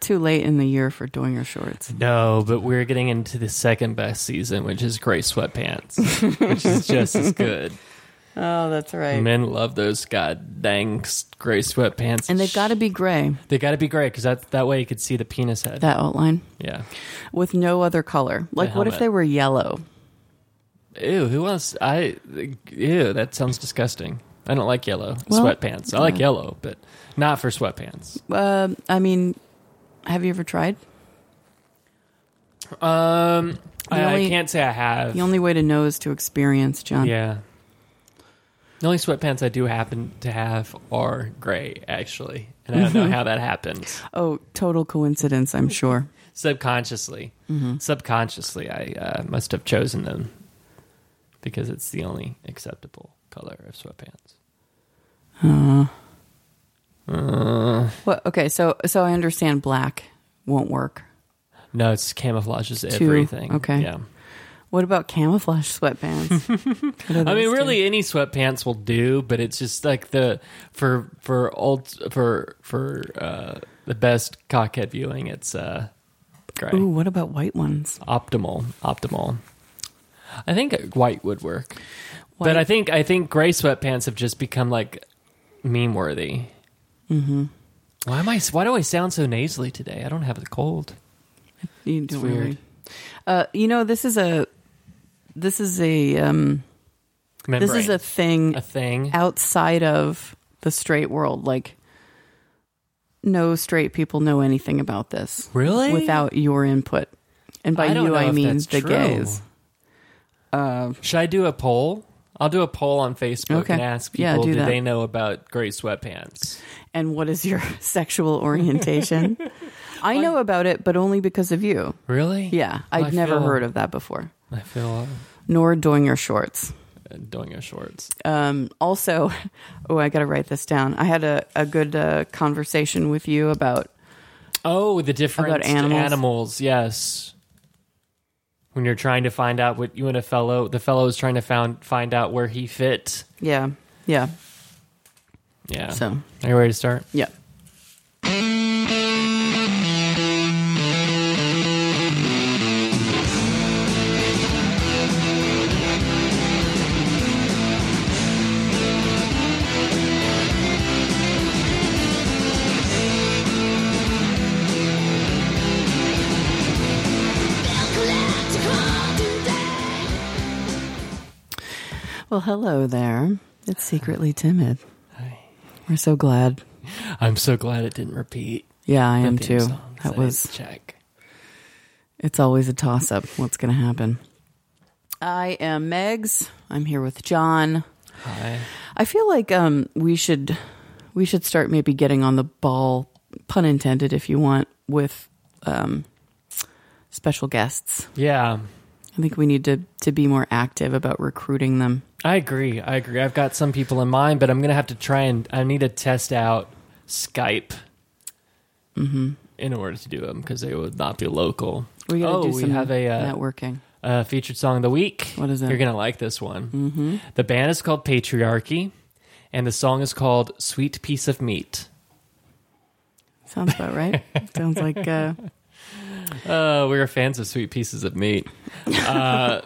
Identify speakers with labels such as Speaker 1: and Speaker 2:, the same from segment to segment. Speaker 1: too late in the year for doing your shorts.
Speaker 2: No, but we're getting into the second best season, which is gray sweatpants, which is just as good.
Speaker 1: Oh, that's right.
Speaker 2: Men love those god dang s- gray sweatpants.
Speaker 1: And they've got to be gray,
Speaker 2: they got to be gray because that that way you could see the penis head.
Speaker 1: that outline,
Speaker 2: yeah.
Speaker 1: with no other color. Like, what if
Speaker 2: helmet.
Speaker 1: they were yellow?
Speaker 2: Ew. Who wants? I. Ew. That sounds disgusting. I don't like yellow
Speaker 1: Well,
Speaker 2: sweatpants. I like yellow, but not for sweatpants.
Speaker 1: Um, I mean, have you ever tried?
Speaker 2: Um, I, I
Speaker 1: only-
Speaker 2: can't say I have.
Speaker 1: The only way to know is to experience, John.
Speaker 2: yeah. The only sweatpants I do happen to have are gray, actually, and I don't
Speaker 1: Mm-hmm.
Speaker 2: know how that happens.
Speaker 1: Oh, total coincidence, I'm sure.
Speaker 2: Subconsciously,
Speaker 1: Mm-hmm.
Speaker 2: subconsciously, I uh, must have chosen them because it's the only acceptable color of sweatpants.
Speaker 1: Well, okay, so so I understand black won't work.
Speaker 2: No, it's camouflages
Speaker 1: Two,
Speaker 2: everything.
Speaker 1: okay. Oh,
Speaker 2: yeah.
Speaker 1: What about camouflage sweatbands? What are
Speaker 2: I mean,
Speaker 1: those
Speaker 2: really, any sweatpants will do, but it's just like the for for old for for uh, the best cockhead viewing. It's uh, gray,
Speaker 1: do? Ooh, what about white ones?
Speaker 2: optimal, optimal. I think white would work,
Speaker 1: White-
Speaker 2: but I think I think gray sweatpants have just become like meme worthy. Mm-hmm. Why am I? Why do I sound so nasally today? I don't have the cold.
Speaker 1: You don't
Speaker 2: weird.
Speaker 1: worry. Uh, you know, this is a this is a um, this is
Speaker 2: Membrane.
Speaker 1: a thing
Speaker 2: a thing.
Speaker 1: outside of the straight world. Like, no straight people know anything about this
Speaker 2: Really?
Speaker 1: without your input. And by
Speaker 2: I don't
Speaker 1: you,
Speaker 2: know
Speaker 1: I
Speaker 2: if
Speaker 1: mean
Speaker 2: that's
Speaker 1: the
Speaker 2: true.
Speaker 1: gays. Uh,
Speaker 2: Should I do a poll? I'll do a poll on Facebook
Speaker 1: Okay.
Speaker 2: and ask people
Speaker 1: Yeah, do
Speaker 2: do,
Speaker 1: that.
Speaker 2: they know about gray sweatpants?
Speaker 1: And what is your sexual orientation? I know about it, but only because of you.
Speaker 2: Really?
Speaker 1: Yeah,
Speaker 2: Well,
Speaker 1: I'd
Speaker 2: I
Speaker 1: never
Speaker 2: feel-
Speaker 1: heard of that before.
Speaker 2: I feel
Speaker 1: Nor doing your shorts.
Speaker 2: uh, doing your shorts.
Speaker 1: um, also, oh, I got to write this down. I had a, a good uh, conversation with you about
Speaker 2: Oh, the difference
Speaker 1: About
Speaker 2: to
Speaker 1: animals.
Speaker 2: animals. Yes. When you're trying to find out what you and a fellow, the fellow is trying to found, find out where he fit.
Speaker 1: yeah, yeah.
Speaker 2: Yeah.
Speaker 1: So
Speaker 2: are you ready to start?
Speaker 1: yeah, well, hello there. It's secretly timid.
Speaker 2: Hi.
Speaker 1: We're so glad.
Speaker 2: I'm so glad it didn't repeat.
Speaker 1: Yeah, I
Speaker 2: the
Speaker 1: am
Speaker 2: theme
Speaker 1: too.
Speaker 2: song, 'cause I
Speaker 1: That
Speaker 2: didn't
Speaker 1: was.
Speaker 2: check.
Speaker 1: It's always a toss up. What's going to happen? I am Megs. I'm here with John.
Speaker 2: Hi.
Speaker 1: I feel like um, we should we should start maybe getting on the ball, pun intended, if you want, with um, special guests.
Speaker 2: Yeah,
Speaker 1: I think we need to to be more active about recruiting them.
Speaker 2: I agree. I agree. I've got some people in mind, but I'm gonna have to try and I need to test out Skype
Speaker 1: Mm-hmm.
Speaker 2: in order to do them because they would not be local.
Speaker 1: We gotta
Speaker 2: oh,
Speaker 1: do
Speaker 2: we
Speaker 1: some
Speaker 2: have a uh,
Speaker 1: networking.
Speaker 2: uh, featured song of the week.
Speaker 1: What is it?
Speaker 2: You're gonna like this one. Mm-hmm. The band is called Patriarchy, and the song is called "Sweet Piece of Meat."
Speaker 1: Sounds about right. Sounds like uh,
Speaker 2: Uh, we are fans of sweet pieces of meat. Uh,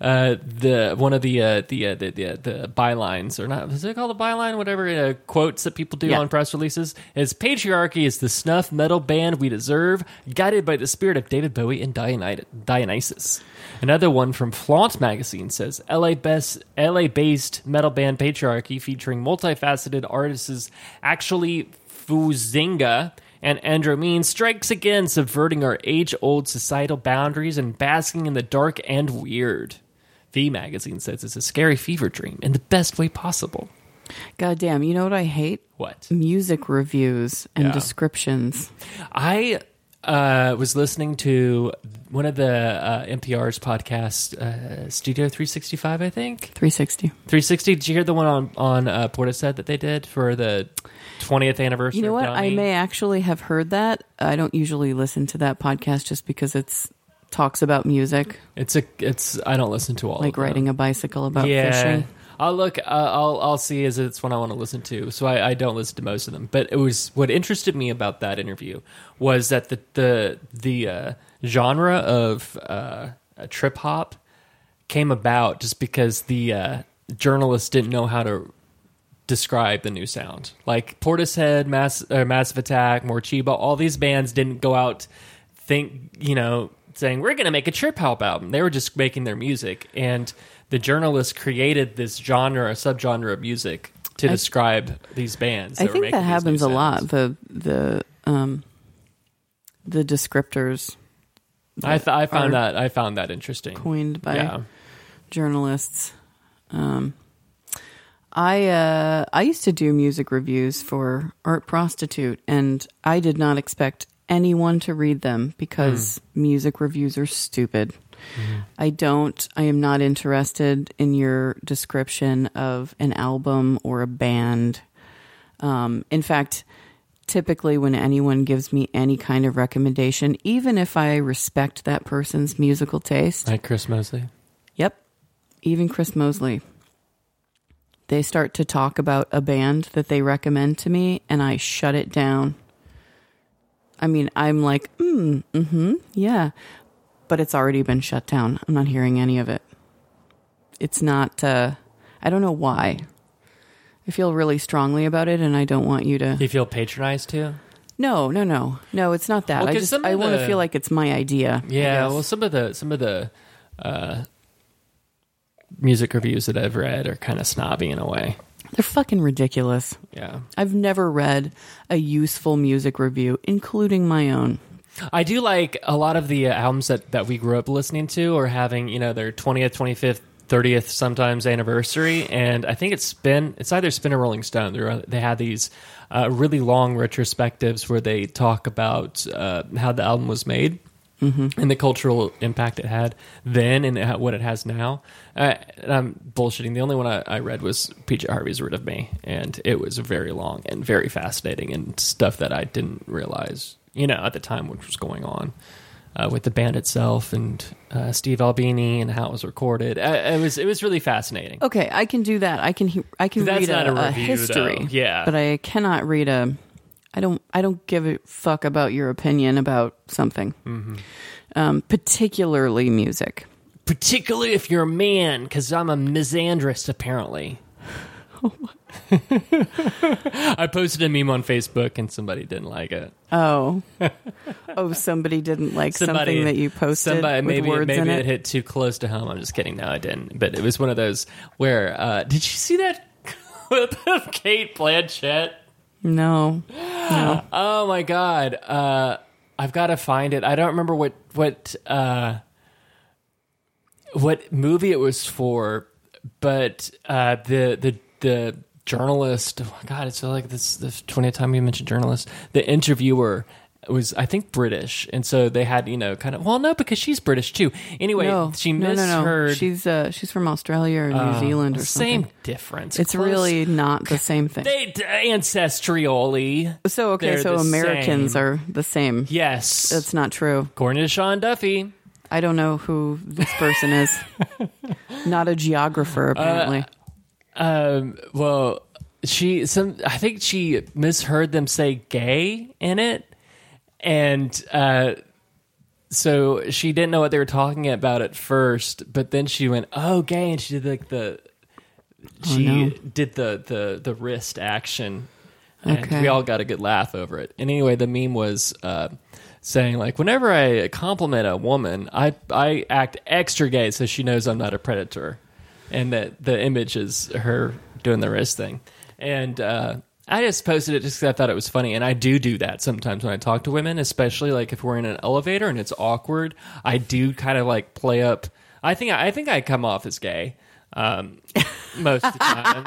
Speaker 2: uh, the one of the uh, the, uh, the the the bylines or not? Is it called a byline? Whatever uh, quotes that people do
Speaker 1: Yeah.
Speaker 2: on press releases is patriarchy is the snuff metal band we deserve, guided by the spirit of David Bowie and Diony- Dionysus. Another one from Flaunt magazine says LA best LA based metal band patriarchy featuring multifaceted artists actually Fuzinga and Andromine strikes again, subverting our age old societal boundaries and basking in the dark and weird. V Magazine says it's a scary fever dream in the best way possible.
Speaker 1: goddamn. You know what I hate?
Speaker 2: What?
Speaker 1: Music reviews and
Speaker 2: Yeah.
Speaker 1: descriptions.
Speaker 2: I uh, was listening to one of the uh, NPR's podcast, uh, Studio 365, I think.
Speaker 1: Three sixty.
Speaker 2: 360, did you hear the one on, on uh, Portishead that they did for the 20th anniversary?
Speaker 1: You know
Speaker 2: of
Speaker 1: what? I
Speaker 2: Downey?
Speaker 1: may actually have heard that. I don't usually listen to that podcast just because it's talks about music,
Speaker 2: It's a, it's, I don't listen to all
Speaker 1: like
Speaker 2: of them.
Speaker 1: riding a bicycle about fishing.
Speaker 2: I'll look. Uh, I'll I'll see as it's one I want to listen to. So I, I don't listen to most of them. But it was what interested me about that interview was that the the the uh, genre of uh, trip hop came about just because the uh, journalists didn't know how to describe the new sound. Like Portishead, Mass, uh, Massive Attack, Morchiba, all these bands didn't go out think you know saying we're going to make a trip hop album. They were just making their music, and the journalists created this genre, a subgenre of music to describe these bands.
Speaker 1: I
Speaker 2: were
Speaker 1: think
Speaker 2: making
Speaker 1: that
Speaker 2: these new
Speaker 1: happens a
Speaker 2: sounds.
Speaker 1: lot. The the um the descriptors
Speaker 2: I, th- I found that I found that interesting.
Speaker 1: coined by
Speaker 2: Yeah.
Speaker 1: journalists. Um, I uh, I used to do music reviews for Art Prostitute, and I did not expect anyone to read them because music reviews are stupid. I don't. I am not interested in your description of an album or a band. Um, in fact, typically when anyone gives me any kind of recommendation, even if I respect that person's musical taste,
Speaker 2: Like Chris Mosley.
Speaker 1: Yep. Even Chris Mosley. They start to talk about a band that they recommend to me, and I shut it down. I mean, I'm like, mm, mm-hmm, yeah. But it's already been shut down. I'm not hearing any of it. It's not, uh, I don't know why. I feel really strongly about it, and I don't want you to.
Speaker 2: You feel patronized too?
Speaker 1: No, no, no. No, it's not that.
Speaker 2: Well,
Speaker 1: I
Speaker 2: 'cause
Speaker 1: just,
Speaker 2: some of
Speaker 1: I want
Speaker 2: the-
Speaker 1: to feel like it's my idea. I
Speaker 2: Yeah,
Speaker 1: guess.
Speaker 2: well, some of the some of the uh, music reviews that I've read are kind of snobby in a way.
Speaker 1: They're fucking ridiculous.
Speaker 2: Yeah,
Speaker 1: I've never read a useful music review, including my own.
Speaker 2: I do like a lot of the uh, albums that that we grew up listening to or having. You know, their twentieth, twenty fifth. 30th sometimes anniversary and i think it's spin it's either spin or rolling stone They're, they had these uh, really long retrospectives where they talk about uh, how the album was made and the cultural impact it had then and ha- what it has now. Uh, and I'm bullshitting. The only one I, I read was PJ Harvey's Rid of Me, and it was very long and very fascinating and stuff that I didn't realize, you know, at the time which was going on. Uh, with the band itself and uh, Steve Albini and how it was recorded, uh, it was it was really fascinating.
Speaker 1: Okay, I can do that. I can he- I can read
Speaker 2: That's not
Speaker 1: a,
Speaker 2: a
Speaker 1: a
Speaker 2: review,
Speaker 1: history.
Speaker 2: though. Yeah.
Speaker 1: but I cannot read a. I don't. I don't give a fuck about your opinion about something,
Speaker 2: Mm-hmm.
Speaker 1: um, particularly music.
Speaker 2: Particularly if you're a man, because I'm a misandrist apparently. I posted a meme on Facebook and somebody didn't like it.
Speaker 1: Oh, oh, somebody didn't like something that you posted
Speaker 2: Somebody,
Speaker 1: with
Speaker 2: maybe
Speaker 1: words
Speaker 2: maybe
Speaker 1: in
Speaker 2: it. hit too close to home. I'm just kidding. No, I didn't. But it was one of those where uh, did you see that clip of Kate Blanchett?
Speaker 1: No,
Speaker 2: Oh my god. Uh, I've got to find it. I don't remember what what uh, what movie it was for, but uh, the the the journalist. Oh my god, it's like this the twentieth time you mentioned journalist. The interviewer was I think British, and so they had you know kind of well no because she's British too. Anyway,
Speaker 1: no,
Speaker 2: she
Speaker 1: no,
Speaker 2: misheard. Oh.
Speaker 1: no, no. She's uh, she's from Australia or New Zealand or
Speaker 2: same
Speaker 1: something.
Speaker 2: difference.
Speaker 1: It's
Speaker 2: Close.
Speaker 1: really not the same thing.
Speaker 2: they ancestrally.
Speaker 1: So okay,
Speaker 2: They're
Speaker 1: so
Speaker 2: the
Speaker 1: Americans
Speaker 2: same.
Speaker 1: are the same.
Speaker 2: Yes,
Speaker 1: That's not true.
Speaker 2: according to Sean Duffy.
Speaker 1: I don't know who this person is. not a
Speaker 2: Uh,
Speaker 1: geographer apparently.
Speaker 2: Um, well, she some I think she misheard them say gay in it, and uh, so she didn't know what they were talking about at first. But then she went, "Oh, gay," and she did like the she
Speaker 1: no.
Speaker 2: did the the the wrist action, and
Speaker 1: Okay.
Speaker 2: we all got a good laugh over it. And anyway, the meme was. Uh, Saying like, whenever I compliment a woman, I I act extra gay so she knows I'm not a predator and that the image is her doing the wrist thing. And uh, I just posted it just because I thought it was funny. And I do do that sometimes when I talk to women, especially like if we're in an elevator and it's awkward. I do kind of like play up. I think I think I come off as gay um, most of the time,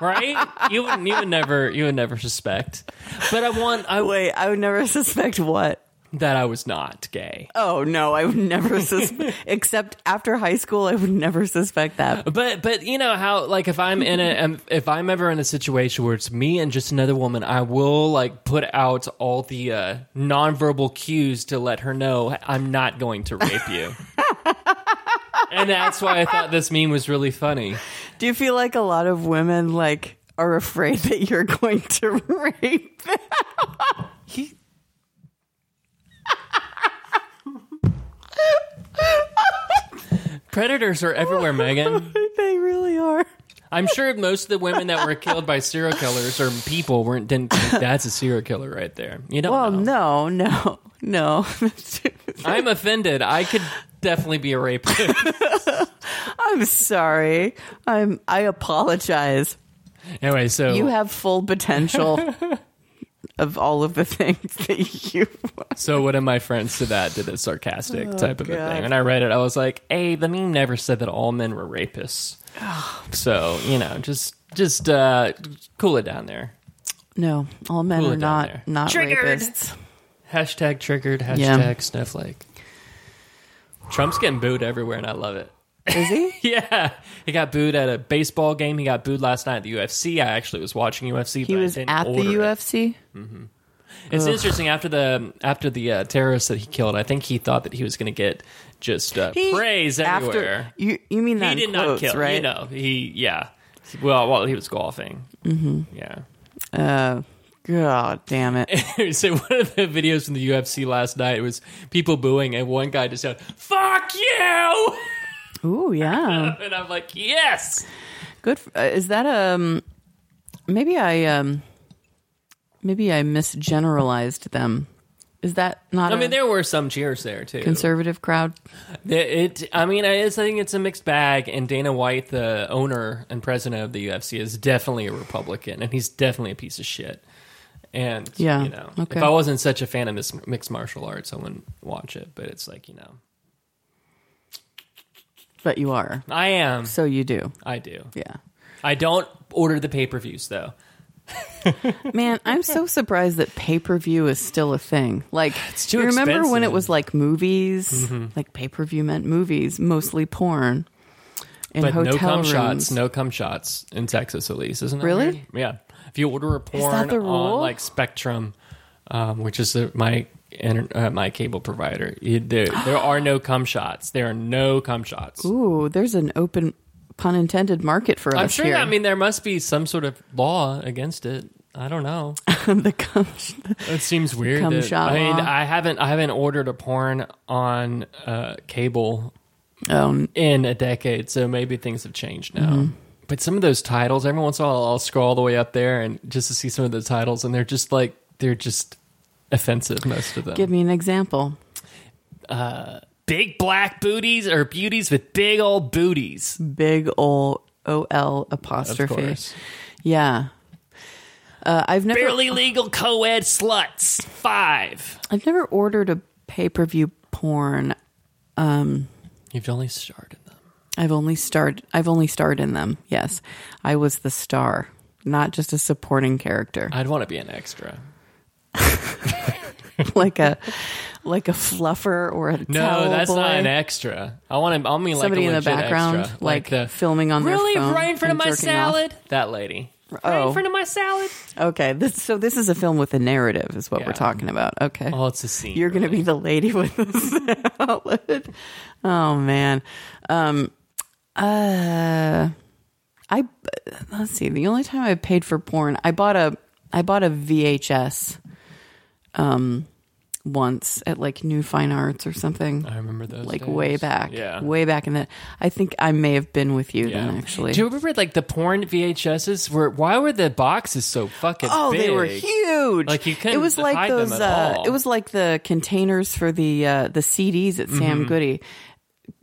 Speaker 2: right? You would you would never you would never suspect, but I want I
Speaker 1: Wait, I would never suspect what.
Speaker 2: that I was not gay.
Speaker 1: Oh no, I would never suspect. Except after high school, I would never suspect that.
Speaker 2: But but you know how like if I'm in a um, if I'm ever in a situation where it's me and just another woman, I will like put out all the uh, nonverbal cues to let her know I'm not going to rape you. and that's why I thought this meme was really funny.
Speaker 1: Do you feel like a lot of women like are afraid that you're going to rape them?
Speaker 2: He, Predators are everywhere, Megan.
Speaker 1: they really are.
Speaker 2: I'm sure most of the women that were killed by serial killers or people weren't didn't think that's a serial killer right there. You don't
Speaker 1: Well,
Speaker 2: know.
Speaker 1: no, Oh, no, no.
Speaker 2: I'm offended. I could definitely be a rapist.
Speaker 1: I'm sorry. I'm I apologize.
Speaker 2: anyway, so
Speaker 1: You have full potential of all of the things that you
Speaker 2: so one of my friends to that did a sarcastic type of a
Speaker 1: Oh, God.
Speaker 2: thing, and I read it. I was like, "Hey, the meme never said that all men were rapists." so you know, just just uh, cool it down there.
Speaker 1: No, all men
Speaker 2: Cool it
Speaker 1: are
Speaker 2: down
Speaker 1: not
Speaker 2: there.
Speaker 1: not
Speaker 3: Triggered.
Speaker 1: rapists.
Speaker 2: Hashtag triggered. Hashtag
Speaker 1: Yeah.
Speaker 2: snowflake. Trump's getting booed everywhere, and I love it.
Speaker 1: Is he?
Speaker 2: Yeah, he got booed at a baseball game. He got booed last night at the UFC. I actually was watching UFC.
Speaker 1: He
Speaker 2: but I
Speaker 1: was
Speaker 2: didn't
Speaker 1: at the
Speaker 2: order it.
Speaker 1: UFC.
Speaker 2: It's interesting after the after the uh, terrorist that he killed. I think he thought that he was going to get just uh,
Speaker 1: He-
Speaker 2: praise
Speaker 1: after-
Speaker 2: everywhere.
Speaker 1: you you mean that
Speaker 2: he
Speaker 1: in
Speaker 2: did
Speaker 1: quotes,
Speaker 2: not kill.
Speaker 1: right?
Speaker 2: You know, he yeah. Well, while he was golfing. Mm-hmm. Yeah.
Speaker 1: Uh, God damn it!
Speaker 2: so one of the videos from the UFC last night was people booing, and one guy just said, "Fuck you!"
Speaker 1: Ooh, yeah.
Speaker 2: and I'm like, "Yes."
Speaker 1: Good. f- uh, Is that um? Maybe I um. Maybe I misgeneralized them. Is that not
Speaker 2: I mean,
Speaker 1: a
Speaker 2: there were some cheers there too.
Speaker 1: conservative crowd?
Speaker 2: It, it- I mean, I, it's, I think it's a mixed bag. And Dana White, the owner and president of the UFC, is definitely a Republican, and he's definitely a piece of shit. And
Speaker 1: Yeah,
Speaker 2: you know,
Speaker 1: okay.
Speaker 2: if I wasn't such a fan of mis- mixed martial arts, I wouldn't watch it. But it's like you know,
Speaker 1: But you are,
Speaker 2: I am.
Speaker 1: so you do.
Speaker 2: I do.
Speaker 1: Yeah,
Speaker 2: I don't order the pay per views though.
Speaker 1: man, I'm so surprised that pay per view is still a thing. Like,
Speaker 2: It's too
Speaker 1: you remember when it
Speaker 2: expensive. Mm-hmm.
Speaker 1: was like movies? Like pay per view meant movies, mostly porn, and
Speaker 2: But
Speaker 1: hotel
Speaker 2: no cum
Speaker 1: rooms.
Speaker 2: shots, no cum shots in Texas at least, isn't it?
Speaker 1: Really?
Speaker 2: Yeah. If you order a porn
Speaker 1: the rule?
Speaker 2: on like Spectrum, um, which is the, my inter- uh, my cable provider, you, there there are no cum shots. There are no cum shots.
Speaker 1: Ooh, there's an open, pun intended, market for
Speaker 2: I'm
Speaker 1: us
Speaker 2: sure.
Speaker 1: here.
Speaker 2: I mean, there must be some sort of law against it. I don't know.
Speaker 1: the cum,
Speaker 2: It seems weird.
Speaker 1: Cum
Speaker 2: that-
Speaker 1: shot
Speaker 2: I mean,
Speaker 1: law.
Speaker 2: I haven't I haven't ordered a porn on uh, cable
Speaker 1: oh, Mm-hmm.
Speaker 2: in a decade, so maybe things have changed now. But some of those titles, every once in a while, I'll scroll all the way up there and just to see some of the titles, and they're just like they're just offensive. Most of them,
Speaker 1: give me an example.
Speaker 2: big black booties or beauties with big old booties.
Speaker 1: big ol O L
Speaker 2: Of
Speaker 1: apostrophe.
Speaker 2: course,
Speaker 1: Yeah. Uh, I've never
Speaker 2: barely legal co-ed sluts. Five.
Speaker 1: I've never ordered a pay per view porn.
Speaker 2: You've only started them.
Speaker 1: I've only starred I've only starred in them. Yes. I was the star, not just a supporting character.
Speaker 2: I'd want to be an extra.
Speaker 1: like a like a fluffer or a
Speaker 2: No,
Speaker 1: towel
Speaker 2: that's
Speaker 1: boy.
Speaker 2: not an extra. I want to. I mean, like
Speaker 1: Somebody
Speaker 2: a
Speaker 1: in the
Speaker 2: legit
Speaker 1: background,
Speaker 2: extra.
Speaker 1: like,
Speaker 2: the
Speaker 1: filming on
Speaker 2: really
Speaker 1: their phone
Speaker 2: right in front
Speaker 1: and
Speaker 2: of my
Speaker 1: jerking off.
Speaker 2: salad. That lady. Right
Speaker 1: Oh.
Speaker 2: in front of my salad.
Speaker 1: Okay, this, so this is a film with a narrative, is what
Speaker 2: Yeah.
Speaker 1: we're talking about. Okay,
Speaker 2: Oh, it's a scene.
Speaker 1: You're going to be the lady with the salad. Oh man. Um uh I let's see. The only time I paid for porn, I bought a I bought a VHS um once at like New Fine Arts or something.
Speaker 2: I remember those.
Speaker 1: Like
Speaker 2: days.
Speaker 1: way back.
Speaker 2: Yeah.
Speaker 1: Way back in that. I think I may have been with you
Speaker 2: Yeah.
Speaker 1: then actually.
Speaker 2: Do you remember like the porn VHSs? Were why were the boxes so fucking?
Speaker 1: Oh,
Speaker 2: big?
Speaker 1: they were huge.
Speaker 2: Like, you couldn't
Speaker 1: It was like
Speaker 2: hide them
Speaker 1: those.
Speaker 2: at
Speaker 1: uh,
Speaker 2: all.
Speaker 1: It was like the containers for the uh, the CDs at Sam Goody.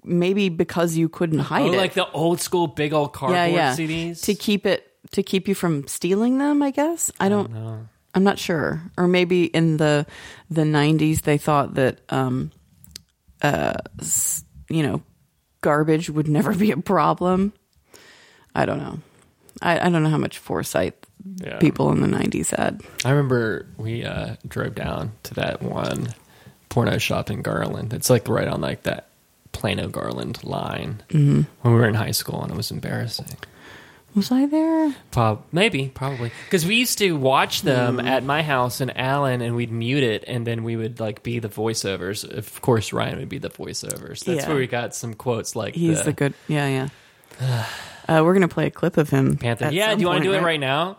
Speaker 1: Maybe because you couldn't
Speaker 2: Mm-hmm. Oh,
Speaker 1: hide it.
Speaker 2: like the old school big old
Speaker 1: yeah,
Speaker 2: cardboard
Speaker 1: yeah.
Speaker 2: CDs.
Speaker 1: To keep it to keep you from stealing them. I guess I don't. I'm not sure. Or maybe in the the 90s they thought that um, uh, s- you know garbage would never be a problem. I don't know. I, I don't know how much foresight
Speaker 2: Yeah.
Speaker 1: people in the 90s had.
Speaker 2: I remember we uh, drove down to that one porno shop in Garland. It's like right on like that Plano Garland line
Speaker 1: Mm-hmm.
Speaker 2: when we were in high school, and it was embarrassing.
Speaker 1: Was I there?
Speaker 2: Prob- maybe, probably, because we used to watch them
Speaker 1: Hmm.
Speaker 2: at my house and Alan, and we'd mute it, and then we would like be the voiceovers. Of course, Ryan would be the voiceovers. That's
Speaker 1: Yeah.
Speaker 2: where we got some quotes like
Speaker 1: He's
Speaker 2: the,
Speaker 1: the good. Yeah, yeah. Uh, we're gonna play a clip of him.
Speaker 2: Panther.
Speaker 1: at
Speaker 2: Yeah,
Speaker 1: some
Speaker 2: do you want
Speaker 1: point,
Speaker 2: to do it right now?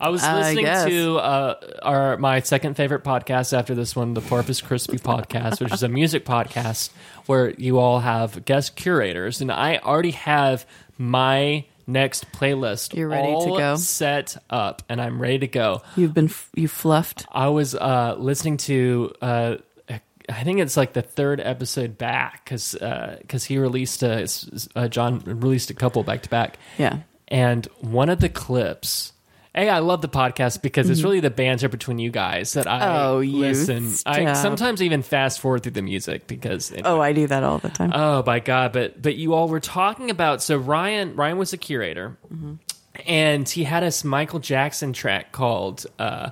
Speaker 2: I was
Speaker 1: Uh,
Speaker 2: listening
Speaker 1: yes.
Speaker 2: to uh, our my second favorite podcast after this one, the Porpoise Crispy podcast, which is a music podcast where you all have guest curators, and I already have my next playlist.
Speaker 1: You're ready to
Speaker 2: all
Speaker 1: go?
Speaker 2: Set up, and I'm ready to go.
Speaker 1: You've been f- you fluffed.
Speaker 2: I was uh, listening to. Uh, I think it's like the third episode back because he released a s- s- uh, John released a couple back to back,
Speaker 1: Yeah.
Speaker 2: and one of the clips. Hey, I love the podcast because it's really the banter between you guys that I
Speaker 1: Mm-hmm. Oh, you
Speaker 2: listen. I
Speaker 1: stop.
Speaker 2: sometimes even fast forward through the music because it,
Speaker 1: Oh, I do that all the time.
Speaker 2: Oh my god! But but you all were talking about so Ryan Ryan was a curator, and he had this Michael Jackson track called uh,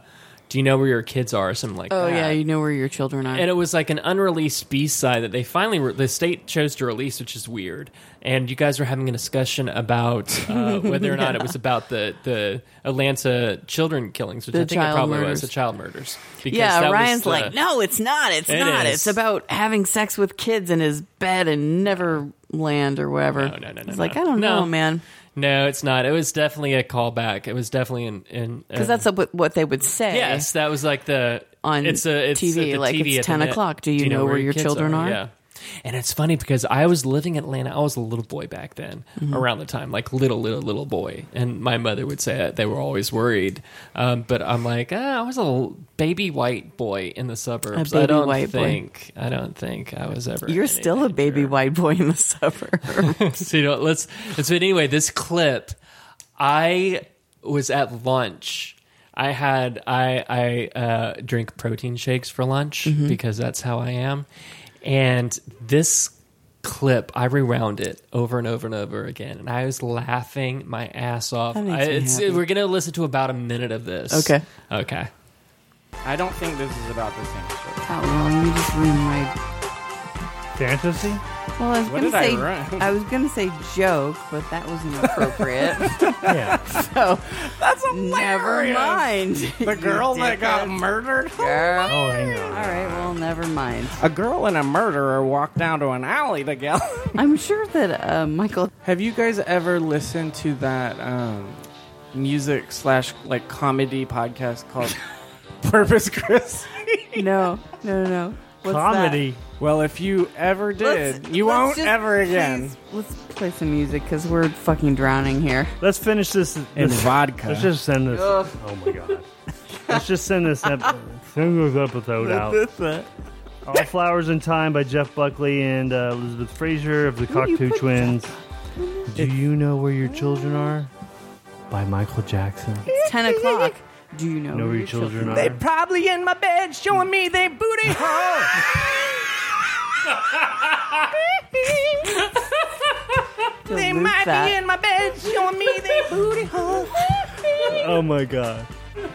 Speaker 2: "Do You Know Where Your Kids Are?" or something like
Speaker 1: oh
Speaker 2: that.
Speaker 1: yeah, you know where your children are.
Speaker 2: and it was like an unreleased B side that they finally re- the state chose to release, which is weird. And you guys were having a discussion about uh, whether or not it was about the the Atlanta children killings, which
Speaker 1: The
Speaker 2: I think it
Speaker 1: child
Speaker 2: probably
Speaker 1: murders.
Speaker 2: was the child murders. Because that
Speaker 1: yeah,
Speaker 2: was
Speaker 1: Ryan's
Speaker 2: the-
Speaker 1: like, no, it's not. It's
Speaker 2: It
Speaker 1: not.
Speaker 2: is.
Speaker 1: It's about having sex with kids in his bed in Neverland or wherever.
Speaker 2: no, no, no,
Speaker 1: It's
Speaker 2: no.
Speaker 1: like I don't
Speaker 2: No.
Speaker 1: know, man,
Speaker 2: No, it's not. It was definitely a callback. It was definitely in in
Speaker 1: because that's what what they would say.
Speaker 2: Yes, that was like the
Speaker 1: On
Speaker 2: it's a, it's
Speaker 1: TV,
Speaker 2: at the
Speaker 1: like,
Speaker 2: TV
Speaker 1: it's
Speaker 2: at the
Speaker 1: 10
Speaker 2: net.
Speaker 1: o'clock. Do you know where your
Speaker 2: kids
Speaker 1: children are?
Speaker 2: Yeah. And it's funny because I was living in Atlanta. I was a little boy back then,
Speaker 1: Mm-hmm.
Speaker 2: around the time, like little, little, little boy. And my mother would say that they were always worried. Um, but I'm like, ah, I was a little baby white boy in the suburbs. I
Speaker 1: baby
Speaker 2: don't
Speaker 1: white boy.
Speaker 2: think, I don't think I was ever.
Speaker 1: You're
Speaker 2: anything
Speaker 1: still a baby
Speaker 2: here.
Speaker 1: white boy in the suburb.
Speaker 2: so you know, let's. and So anyway, this clip, I was at lunch. I had I I uh, drink protein shakes for lunch
Speaker 1: Mm-hmm.
Speaker 2: because that's how I am, and this clip I rewound it over and over and over again, and I was laughing my ass off.
Speaker 1: That makes
Speaker 2: I,
Speaker 1: me
Speaker 2: it's,
Speaker 1: happy.
Speaker 2: We're gonna listen to about a minute of this.
Speaker 1: Okay.
Speaker 2: Okay.
Speaker 3: I don't think this is about the same story.
Speaker 1: How long you just ruined my?
Speaker 4: Fantasy?
Speaker 1: Well, I was gonna
Speaker 3: What did I
Speaker 1: say
Speaker 3: run?
Speaker 1: I was gonna say joke, but that was inappropriate.
Speaker 4: Yeah.
Speaker 1: so that's never mind.
Speaker 3: The girl that got murdered?
Speaker 1: Girl.
Speaker 4: Oh, hang
Speaker 1: All
Speaker 4: on.
Speaker 1: right, well, never mind.
Speaker 3: A girl and a murderer walked down to an alley together.
Speaker 1: I'm sure that uh, Michael
Speaker 3: Have you guys ever listened to that um, music slash like comedy podcast called Purpose Chris?
Speaker 1: No, no, no, no. What's that?
Speaker 4: Comedy.
Speaker 3: Well, if you ever did,
Speaker 1: Let's-
Speaker 3: you
Speaker 1: let's
Speaker 3: won't
Speaker 1: just-
Speaker 3: ever again.
Speaker 1: please, let's play some music because we're fucking drowning here.
Speaker 4: Let's finish this.
Speaker 3: And
Speaker 4: this-
Speaker 3: vodka.
Speaker 4: Let's just send this. Oh my god. Let's just send this ep- send this episode out. All Flowers in Time by Jeff Buckley and uh, Elizabeth Fraser of the Cocteau Twins. Do you know where your children are? By Michael Jackson.
Speaker 1: It's ten o'clock. Do you know,
Speaker 4: Know where your children are?
Speaker 3: Probably in my bed showing me they booty hole.
Speaker 1: Dilute that.
Speaker 3: my bed showing me they booty hole.
Speaker 4: Oh my god.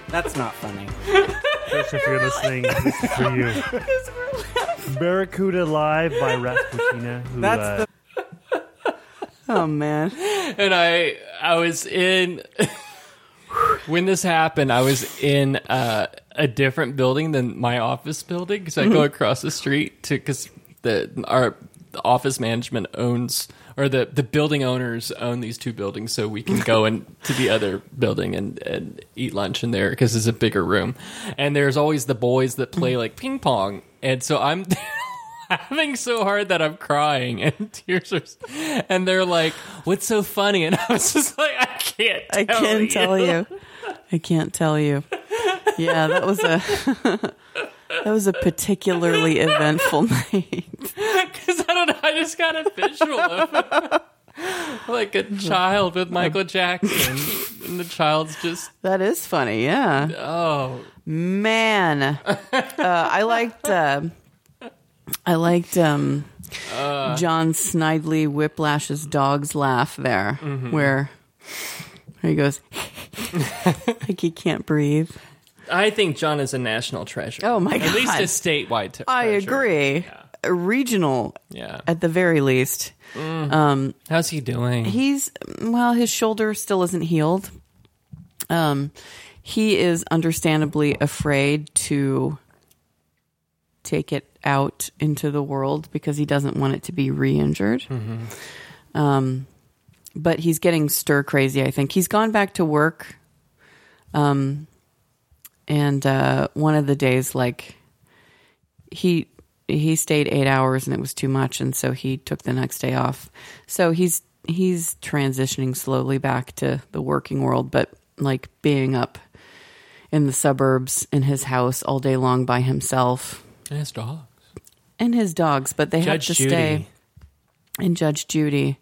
Speaker 3: That's not funny.
Speaker 4: Chris, if you're listening, this is for you. Barracuda Live by Rasputina. Who,
Speaker 3: That's
Speaker 4: uh,
Speaker 3: the-
Speaker 1: Oh man,
Speaker 2: and I I was in when this happened. I was in uh, a different building than my office building because I
Speaker 1: Mm-hmm.
Speaker 2: go across the street to because the our office management owns or the the building owners own these two buildings, so we can go in to the other building and and eat lunch in there because it's a bigger room. And there's always the boys that play
Speaker 1: Mm-hmm.
Speaker 2: like ping pong, and so I'm. laughing so hard that I'm crying and tears are, and they're like, "What's so funny?" And I was just like, "I can't, tell
Speaker 1: I can't tell you. I can't tell you. Yeah, that was a that was a particularly eventful night.
Speaker 2: because I don't know. I just got a visual of it. like a child with Michael Jackson, and the child's just
Speaker 1: That is funny. Yeah.
Speaker 2: oh,
Speaker 1: Man, uh, I liked uh, I liked um,
Speaker 2: Uh.
Speaker 1: John Snidely Whiplash's dog's laugh there,
Speaker 2: Mm-hmm.
Speaker 1: where where he goes like he can't breathe.
Speaker 2: I think John is a national treasure.
Speaker 1: Oh, my
Speaker 2: At least
Speaker 1: God.
Speaker 2: a statewide. T-
Speaker 1: I
Speaker 2: treasure.
Speaker 1: agree.
Speaker 2: Yeah.
Speaker 1: A Regional,
Speaker 2: Yeah.
Speaker 1: at the very least.
Speaker 2: Mm.
Speaker 1: Um,
Speaker 2: How's he doing?
Speaker 1: He's well, his shoulder still isn't healed. Um, he is understandably afraid to take it out into the world because he doesn't want it to be re-injured. Um, but he's getting stir crazy. I think he's gone back to work, um, and uh, one of the days, like he he stayed eight hours and it was too much, and so he took the next day off. So he's he's transitioning slowly back to the working world, but like being up in the suburbs in his house all day long by himself
Speaker 2: And his dogs.
Speaker 1: and his dogs, but they have
Speaker 2: Judge
Speaker 1: to
Speaker 2: Judy. Uh,
Speaker 1: stay. And Judge Judy,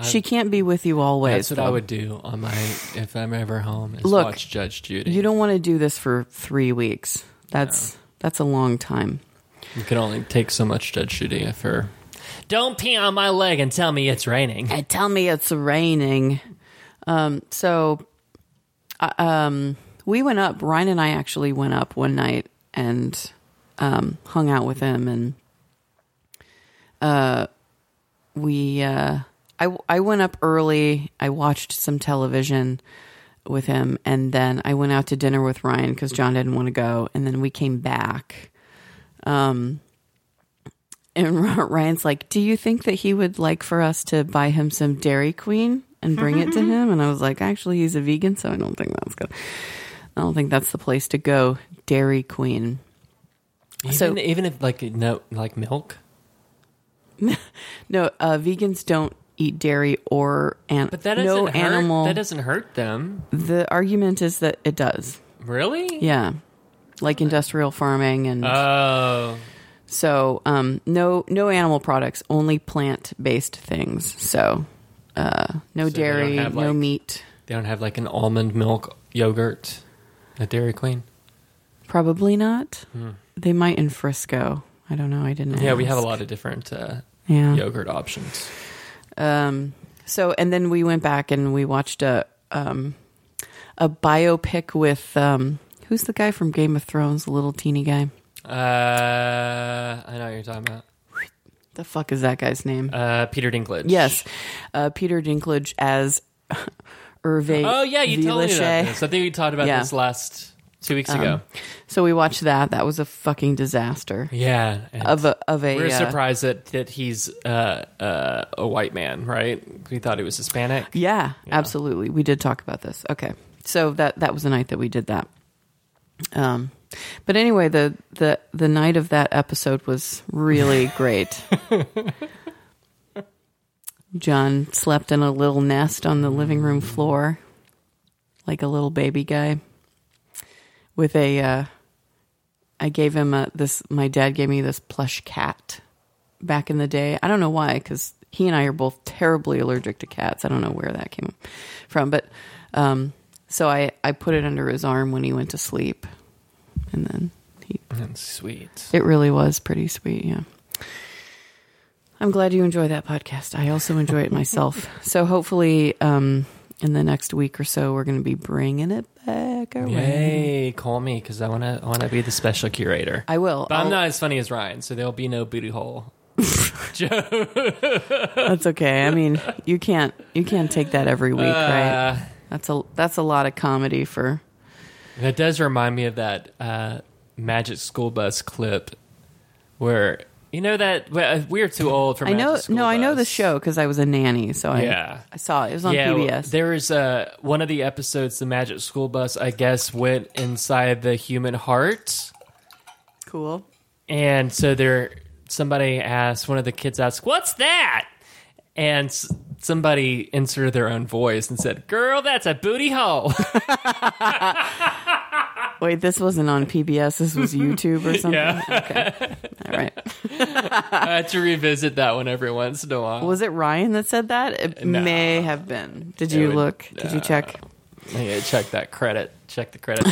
Speaker 1: she can't be with you always.
Speaker 2: That's what
Speaker 1: though.
Speaker 2: I would do on my if I'm ever home. Is
Speaker 1: Look,
Speaker 2: watch Judge Judy.
Speaker 1: You
Speaker 2: You,
Speaker 1: don't want to do this for three weeks. That's that's a long time.
Speaker 2: can only take so much Judge Judy if her. Don't pee on my leg and tell me it's raining.
Speaker 1: And Eh, tell me it's raining. Um, so, I- um, we went up. Ryan and I actually went up one night and um, hung out with him, and uh, we. Uh, I I went up early. I watched some television with him, and then I went out to dinner with Ryan because John didn't want to go, and then we came back. Um, and Ryan's like, "Do you think that he would like for us to buy him some Dairy Queen and bring it to
Speaker 2: Mm-hmm.
Speaker 1: him?" And I was like, "Actually, he's a vegan, so I don't think that's good. I don't think that's the place to go, Dairy Queen."
Speaker 2: Even,
Speaker 1: So-
Speaker 2: even if like no like milk.
Speaker 1: No, uh, vegans don't eat dairy or an-
Speaker 2: But that doesn't
Speaker 1: no
Speaker 2: hurt.
Speaker 1: animal.
Speaker 2: That doesn't hurt them.
Speaker 1: the argument is that it does.
Speaker 2: Really?
Speaker 1: Yeah, like industrial farming and
Speaker 2: Oh.
Speaker 1: So, um, no, no animal products, only plant based things. So, uh, no
Speaker 2: they don't
Speaker 1: dairy,
Speaker 2: have,
Speaker 1: no
Speaker 2: like-
Speaker 1: meat,
Speaker 2: They don't have like an almond milk yogurt at Dairy Queen.
Speaker 1: probably not. They might in Frisco. I don't know. I didn't.
Speaker 2: Hmm. Yeah, we have a
Speaker 1: ask.
Speaker 2: lot of different uh,
Speaker 1: Yeah.
Speaker 2: yogurt options.
Speaker 1: Um, so, and then we went back and we watched a, um, a biopic with, um, who's the guy from Game of Thrones, the little teeny guy?
Speaker 2: Uh, I know what you're talking about.
Speaker 1: The fuck is that guy's name?
Speaker 2: Uh, Peter Dinklage.
Speaker 1: yes. Uh, Peter Dinklage as Hervé.
Speaker 2: Oh yeah, you told me
Speaker 1: Villachet.
Speaker 2: about this. I think we talked about
Speaker 1: Yeah. Um,
Speaker 2: this last two weeks ago.
Speaker 1: So we watched that. That was a fucking disaster
Speaker 2: Yeah, and
Speaker 1: of a of a
Speaker 2: we were
Speaker 1: uh,
Speaker 2: surprised that that he's uh, uh, a white man, right? We thought he was Hispanic.
Speaker 1: Yeah, absolutely. We did talk about this. Okay, so that that was the night that we did that. Um, but anyway, the the the night of that episode was really great. John slept in a little nest on the living room floor, like a little baby guy, with a. Uh, I gave him a this. My dad gave me this plush cat back in the day. I don't know why, because he and I are both terribly allergic to cats. I don't know where that came from, but um, so I I put it under his arm when he went to sleep, and then he.
Speaker 2: That's sweet.
Speaker 1: It really was pretty sweet. Yeah. I'm glad you enjoy that podcast. I also enjoy it myself. So hopefully, um, in the next week or so, we're going to be bringing it back around.
Speaker 2: Yay! Call me because I want to. I want to be the special curator.
Speaker 1: I will. Oh,
Speaker 2: but I'm
Speaker 1: I'll-
Speaker 2: not as funny as Ryan, so there'll be no booty hole.
Speaker 1: That's okay. I mean, you can't you can't take that every week, right?
Speaker 2: Uh,
Speaker 1: That's a that's a lot of comedy for
Speaker 2: That does remind me of that uh, Magic School Bus clip where you know that well, uh, we're too old for.
Speaker 1: I know.
Speaker 2: Magic School
Speaker 1: No, I know the
Speaker 2: Bus.
Speaker 1: show because I was a nanny, so I
Speaker 2: Yeah.
Speaker 1: I saw it. It was on
Speaker 2: yeah, well,
Speaker 1: PBS.
Speaker 2: there is uh, one of the episodes. The Magic School Bus, I guess, went inside the human heart,
Speaker 1: cool.
Speaker 2: and so there. Somebody asked one of the kids asked, "What's that?" And s- somebody inserted their own voice and said, "Girl, that's a booty hole."
Speaker 1: Wait, this wasn't on PBS. This was YouTube or something. Okay. All right.
Speaker 2: I had to revisit that one every once in a while.
Speaker 1: Was it Ryan that said that? It
Speaker 2: No.
Speaker 1: may have been. Did
Speaker 2: It
Speaker 1: you
Speaker 2: would- uh,
Speaker 1: look? Did you check?
Speaker 2: I gotta check that credit. Check the credit.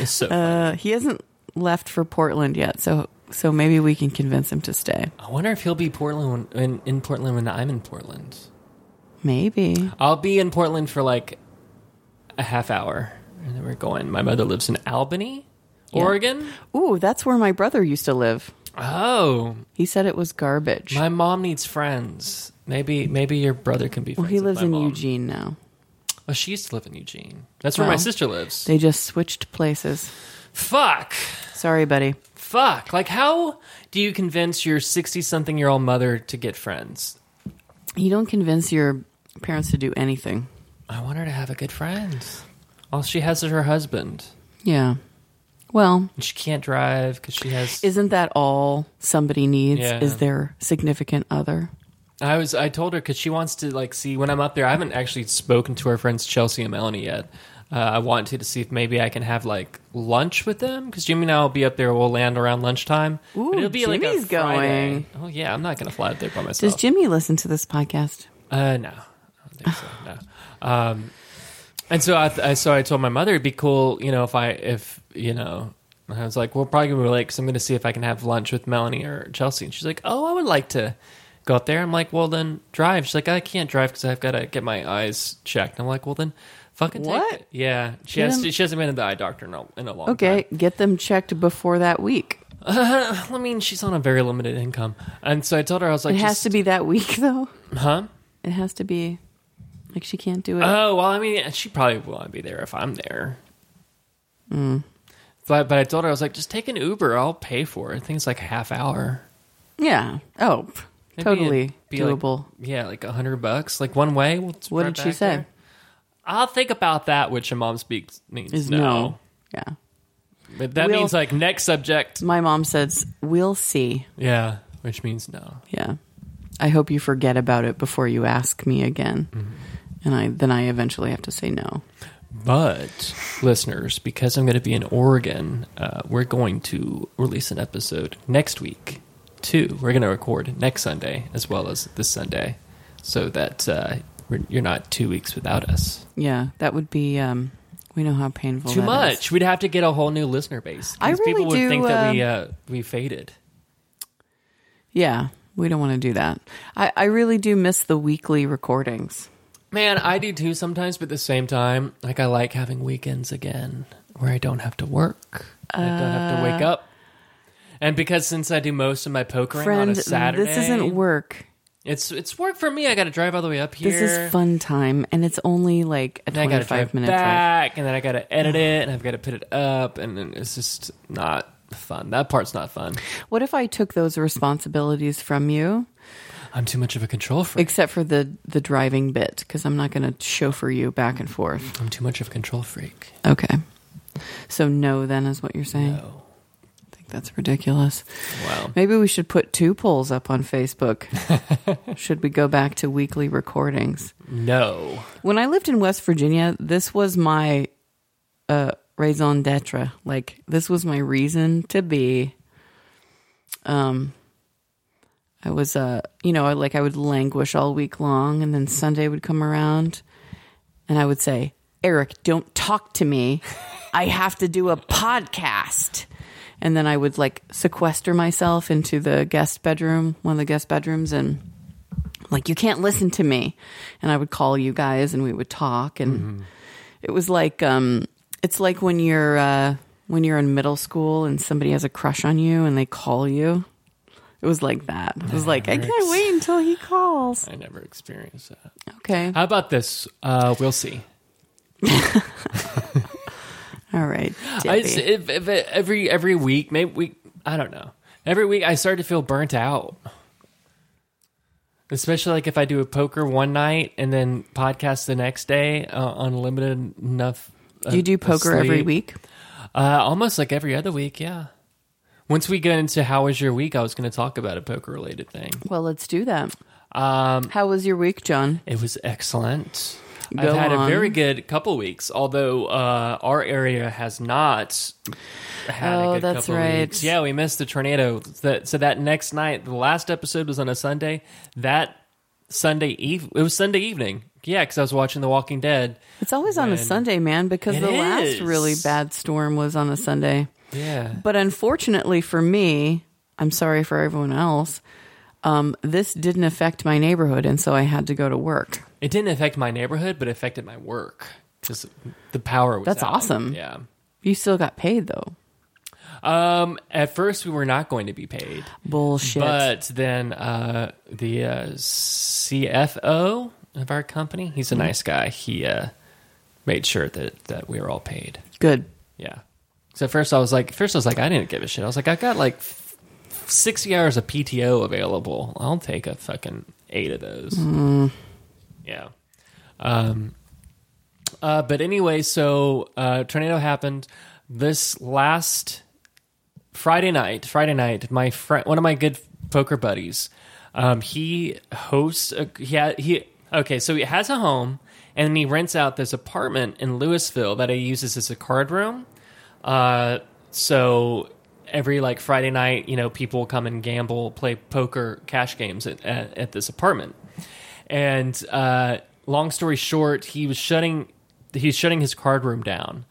Speaker 2: It's so funny.
Speaker 1: Uh, he hasn't left for Portland yet, so so maybe we can convince him to stay.
Speaker 2: I wonder if he'll be Portland when, in, in Portland when I'm in Portland.
Speaker 1: Maybe.
Speaker 2: I'll be in Portland for like a half hour, and then we're going. My mother lives in Albany, Oregon.
Speaker 1: Ooh, that's where my brother used to live.
Speaker 2: Oh,
Speaker 1: He said it was garbage.
Speaker 2: my mom needs friends. Maybe maybe your brother can be. Friends
Speaker 1: well, Oh, he
Speaker 2: with
Speaker 1: lives
Speaker 2: my
Speaker 1: in
Speaker 2: mom.
Speaker 1: Eugene now.
Speaker 2: Oh, she used to live in Eugene. That's where my
Speaker 1: Well,
Speaker 2: sister lives.
Speaker 1: They just switched places.
Speaker 2: Fuck.
Speaker 1: Sorry, buddy.
Speaker 2: Fuck. Like, how do you convince your 60 something year old mother to get friends?
Speaker 1: You don't convince your parents to do anything.
Speaker 2: I want her to have a good friend. All she has is her husband.
Speaker 1: Yeah. Well,
Speaker 2: And she can't drive because she has.
Speaker 1: isn't that all somebody needs?
Speaker 2: Yeah.
Speaker 1: Is their significant other?
Speaker 2: I was. I told her because she wants to like see when I'm up there. I haven't actually spoken to our friends Chelsea and Melanie yet. Uh, I want to to see if maybe I can have like lunch with them because Jimmy and I will be up there. We'll land around lunchtime. But
Speaker 1: Ooh,
Speaker 2: it'll be like a
Speaker 1: Jimmy's
Speaker 2: Friday. Oh yeah, I'm not gonna fly up there by myself.
Speaker 1: Does Jimmy listen to this podcast?
Speaker 2: Uh, no, I don't think so. No. Um, and so I, th- I, so I told my mother it'd be cool, you know, if I, if you know, I was like, well, probably gonna be late because I'm gonna see if I can have lunch with Melanie or Chelsea. And she's like, oh, I would like to go up there. I'm like, well, then drive. She's like, I can't drive because I've got to get my eyes checked. I'm like, well, then fucking
Speaker 1: What?
Speaker 2: Take it. Yeah, she
Speaker 1: Get
Speaker 2: has.
Speaker 1: him-
Speaker 2: She hasn't been to the eye doctor in a, in a long time.
Speaker 1: Okay, get them checked before that week.
Speaker 2: I mean, she's on a very limited income, and so I told her I was like,
Speaker 1: It has
Speaker 2: just-
Speaker 1: to be that week, though.
Speaker 2: huh?
Speaker 1: It has to be like she can't do it.
Speaker 2: Oh well, I mean, she probably won't be there if I'm there.
Speaker 1: Hmm.
Speaker 2: But but I told her I was like, just take an Uber. I'll pay for it. I think it's like a half hour.
Speaker 1: yeah. Oh, pff,
Speaker 2: Maybe
Speaker 1: totally
Speaker 2: it'd be
Speaker 1: doable.
Speaker 2: Like, yeah, like a hundred bucks, like one way. We'll
Speaker 1: what
Speaker 2: right
Speaker 1: did she
Speaker 2: back
Speaker 1: say?
Speaker 2: there. I'll think about that. Which a mom speaks means
Speaker 1: Is
Speaker 2: no.
Speaker 1: no. Yeah.
Speaker 2: but that
Speaker 1: We'll-
Speaker 2: means like next subject.
Speaker 1: My mom says, "We'll see."
Speaker 2: Yeah, which means no.
Speaker 1: Yeah. I hope you forget about it before you ask me again. And I then I eventually have to say no.
Speaker 2: But listeners, because I'm going to be in Oregon, uh, we're going to release an episode next week. Two, we're going to record next Sunday as well as this Sunday, so that uh, we're, you're not two weeks without us.
Speaker 1: Yeah, that would be um we know how painful
Speaker 2: Too
Speaker 1: that
Speaker 2: much.
Speaker 1: is.
Speaker 2: We'd have to get a whole new listener base.
Speaker 1: I
Speaker 2: 'Cause
Speaker 1: really
Speaker 2: people would
Speaker 1: do, um,
Speaker 2: think that we uh, we faded.
Speaker 1: Yeah, we don't want to do that. I I really do miss the weekly recordings.
Speaker 2: Man, I do too sometimes, but at the same time, like I like having weekends again where I don't have to work. I don't have to wake
Speaker 1: Uh,
Speaker 2: up. And because since I do most of my pokering on a
Speaker 1: Friend,
Speaker 2: Saturday,
Speaker 1: this isn't work.
Speaker 2: It's it's work for me. I got to drive all the way up here.
Speaker 1: This is fun time and it's only like a
Speaker 2: Then I got to drive
Speaker 1: 25 minute drive.
Speaker 2: back, and then I got to edit it, and I've got to put it up, and then it's just not fun. That part's not fun.
Speaker 1: What if I took those responsibilities from you
Speaker 2: I'm too much of a control freak.
Speaker 1: except for the the driving bit cuz I'm not going to chauffeur you back and forth.
Speaker 2: I'm too much of a control freak.
Speaker 1: Okay. So no then is what you're saying?
Speaker 2: No.
Speaker 1: I think that's ridiculous.
Speaker 2: Wow.
Speaker 1: Maybe we should put two polls up on Facebook. should we go back to weekly recordings?
Speaker 2: No.
Speaker 1: When I lived in West Virginia, this was my uh, raison d'etre. Like this was my reason to be. Um, I was uh, you know, I like I would languish all week long, and then Sunday would come around, and I would say, Eric, don't talk to me. I have to do a podcast. And then I would like sequester myself into the guest bedroom, one of the guest bedrooms, and like, you can't listen to me. And I would call you guys and we would talk. And it was like, um, it's like when you're, uh, when you're in middle school and somebody has a crush on you and they call you. It was like that. It was like, I can't wait until he calls.
Speaker 2: I never experienced that.
Speaker 1: Okay.
Speaker 2: How about this? Uh, we'll see.
Speaker 1: All right.
Speaker 2: I,
Speaker 1: Debbie.
Speaker 2: if, if every every week, maybe we. I don't know. Every week, I start to feel burnt out. Especially like if I do a poker one night and then podcast the next day uh, on limited enough. uh,
Speaker 1: Do you do poker every
Speaker 2: sleep.
Speaker 1: week?
Speaker 2: Uh, almost like every other week, yeah. Once we get into how was your week, I was going to talk about a poker related thing.
Speaker 1: Well, let's do that.
Speaker 2: Um,
Speaker 1: How was your week, John?
Speaker 2: It was excellent.
Speaker 1: Go
Speaker 2: I've had a
Speaker 1: on.
Speaker 2: very good couple weeks, although uh, our area has not had
Speaker 1: Oh,
Speaker 2: a good
Speaker 1: that's
Speaker 2: couple
Speaker 1: right.
Speaker 2: weeks. Yeah, we missed the tornado. That, so that next night, the last episode was on a Sunday. That Sunday eve, it was Sunday evening. Yeah, because I was watching The Walking Dead.
Speaker 1: It's always on a Sunday, man, because
Speaker 2: It
Speaker 1: the last
Speaker 2: is.
Speaker 1: really bad storm was on a Sunday.
Speaker 2: Yeah,
Speaker 1: But unfortunately for me, I'm sorry for everyone else, um, this didn't affect my neighborhood, and so I had to go to work.
Speaker 2: it didn't affect my neighborhood, but it affected my work because the power was.
Speaker 1: That's
Speaker 2: out.
Speaker 1: awesome.
Speaker 2: Yeah.
Speaker 1: You still got paid, though.
Speaker 2: Um. At first, we were not going to be paid.
Speaker 1: Bullshit.
Speaker 2: But then uh, the uh, CFO of our company, he's a nice guy. He uh, made sure that, that we were all paid.
Speaker 1: Good.
Speaker 2: Yeah. So at first I was like, first I was like, I didn't give a shit. I was like, I got like f- sixty hours of PTO available. I'll take a fucking eight of those. Yeah. Um, uh, but anyway, so uh, tornado happened this last Friday night. Friday night, my friend, one of my good poker buddies, um, he hosts. A, he ha- he okay, so he has a home, and then he rents out this apartment in Louisville that he uses as a card room. Uh, so every like Friday night, you know, people come and gamble, play poker, cash games at, at, at this apartment. And uh, long story short, he was shutting he's shutting his card room down.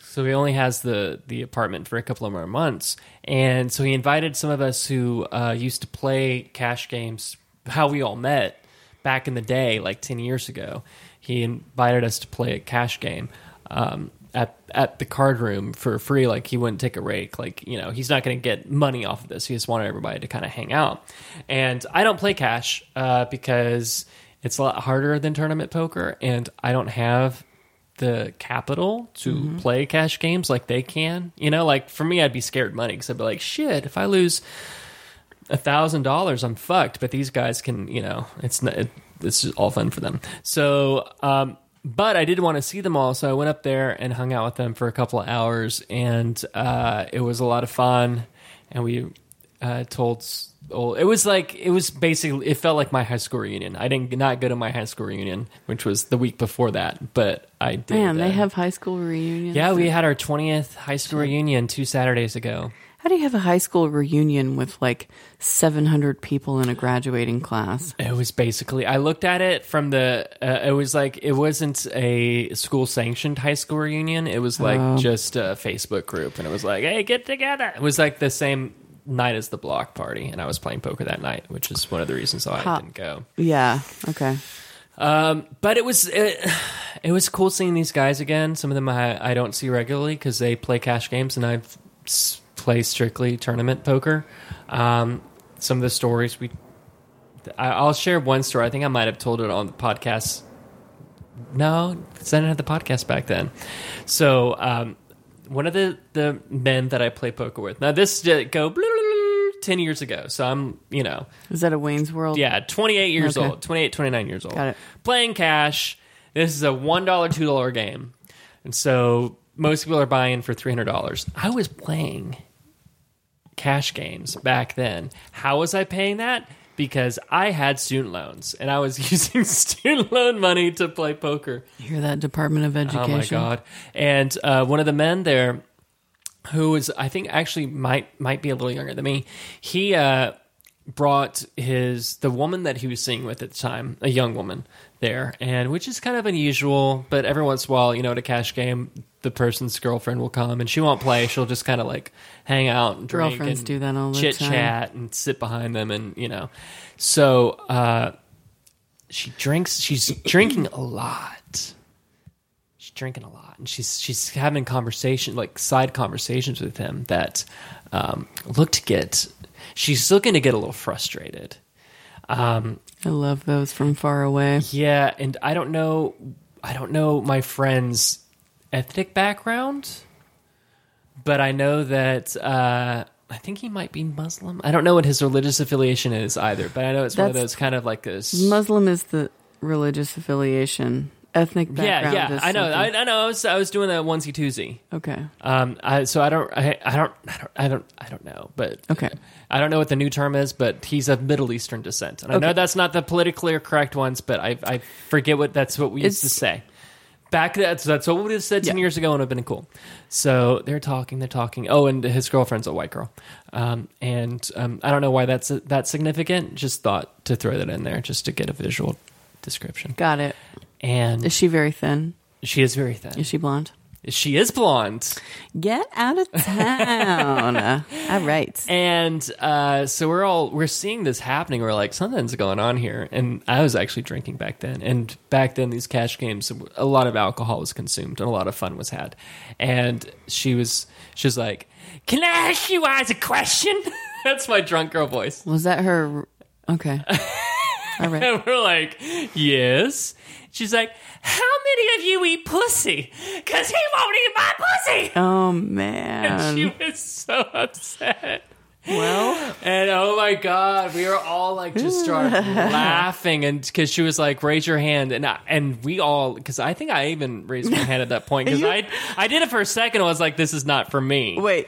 Speaker 2: So he only has the the apartment for a couple of more months, and so he invited some of us who uh, used to play cash games, how we all met back in the day, like ten years ago. He invited us to play a cash game um, at at the card room for free. Like he wouldn't take a rake. Like you know he's not going to get money off of this. He just wanted everybody to kind of hang out. And I don't play cash uh, because it's a lot harder than tournament poker, and I don't have the capital to play cash games like they can. You know, like for me, I'd be scared money because I'd be like, shit, if I lose a thousand dollars, I'm fucked. But these guys can, you know, it's not, it, it's just all fun for them. So, um, but I did want to see them all, so I went up there and hung out with them for a couple of hours, and uh, it was a lot of fun. And we uh, told s- old, it was like it was basically it felt like my high school reunion. I didn't not go to my high school reunion, which was the week before that, but I did.
Speaker 1: Man,
Speaker 2: uh,
Speaker 1: they have high school reunions.
Speaker 2: yeah, we had our 20th high school reunion two Saturdays ago.
Speaker 1: How do you have a high school reunion with like 700 people in a graduating class?
Speaker 2: It was basically, I looked at it from the, uh, it was like, it wasn't a school sanctioned high school reunion. It was like just a Facebook group. And it was like, hey, get together. It was like the same night as the block party. And I was playing poker that night, which is one of the reasons why I
Speaker 1: Huh.
Speaker 2: didn't go.
Speaker 1: Yeah. Okay.
Speaker 2: But it was, it, it was cool seeing these guys again. Some of them I, I don't see regularly because they play cash games and I play strictly tournament poker. Um, some of the stories we, I, I'll share one story. I think I might have told it on the podcast. No, 'cause I didn't have the podcast back then. So um, one of the the men that I play poker with. Now this did go. Ten years ago, so I'm, you know,
Speaker 1: Is that a Wayne's World?
Speaker 2: yeah, 28 years
Speaker 1: Okay.
Speaker 2: old, 28, 29 years old.
Speaker 1: Got it.
Speaker 2: Playing cash. This is a $1, $2 game. And so most people are buying for $300. I was playing cash games back then. How was I paying that? Because I had student loans and I was using student loan money to play poker.
Speaker 1: Hear that Department of Education?
Speaker 2: Oh my god! And uh, one of the men there, who was I think actually might might be a little younger than me, he uh, brought his the woman that he was seeing with at the time, a young woman there, and which is kind of unusual. But every once in a while, you know, at a cash game, the person's girlfriend will come and she won't play. She'll just kind of like hang out and drink
Speaker 1: Girlfriends
Speaker 2: and
Speaker 1: do that all the time.
Speaker 2: chit chat and sit behind them and you know, so. Uh, she drinks she's drinking a lot she's drinking a lot and she's she's having conversation like side conversations with him that um look to get she's looking to get a little frustrated
Speaker 1: I love those from far away.
Speaker 2: yeah and i don't know i don't know my friend's ethnic background but i know that uh I think he might be Muslim. I don't know what his religious affiliation is either, but I know it's one of
Speaker 1: That's-
Speaker 2: those kind of like this.
Speaker 1: Muslim is the religious affiliation. Ethnic background.
Speaker 2: yeah, yeah.
Speaker 1: is
Speaker 2: I know. I,
Speaker 1: something-
Speaker 2: I know. I was, I was doing that onesie twosie.
Speaker 1: okay.
Speaker 2: Um, I, so I don't, I, I don't, I don't, I don't, I don't know, but
Speaker 1: Okay.
Speaker 2: I don't know what the new term is, but he's of Middle Eastern descent, and I know
Speaker 1: Okay.
Speaker 2: that's not the politically correct ones, but I, I forget what that's what we used to
Speaker 1: It's-
Speaker 2: say. Back that's that's what we would have said ten
Speaker 1: Yeah.
Speaker 2: years ago, and would have been cool. So they're talking, they're talking. Oh, and his girlfriend's a white girl, um, and um, I don't know why that's that's significant. Just thought to throw that in there, just to get a visual description.
Speaker 1: Got it.
Speaker 2: And
Speaker 1: Is she very thin?
Speaker 2: she is very thin.
Speaker 1: Is she blonde?
Speaker 2: She is blonde.
Speaker 1: Get out of town. all right.
Speaker 2: And uh, so we're all we're seeing this happening. We're like, something's going on here. And I was actually drinking back then. And back then, these cash games, a lot of alcohol was consumed and a lot of fun was had. And she was she was like, "Can I ask you guys a question?" That's my drunk girl voice.
Speaker 1: Was that her? Okay. All right.
Speaker 2: And we're like, "Yes." She's like, "How many of you eat pussy? Cause he won't eat my pussy."
Speaker 1: Oh man.
Speaker 2: and she was so upset.
Speaker 1: Well,
Speaker 2: And oh my god, we were all like just started laughing, and because she was like, "Raise your hand," and I, and we all because I think I even raised my hand at that point because I I did it for a second. I was like, "This is not for me."
Speaker 1: wait.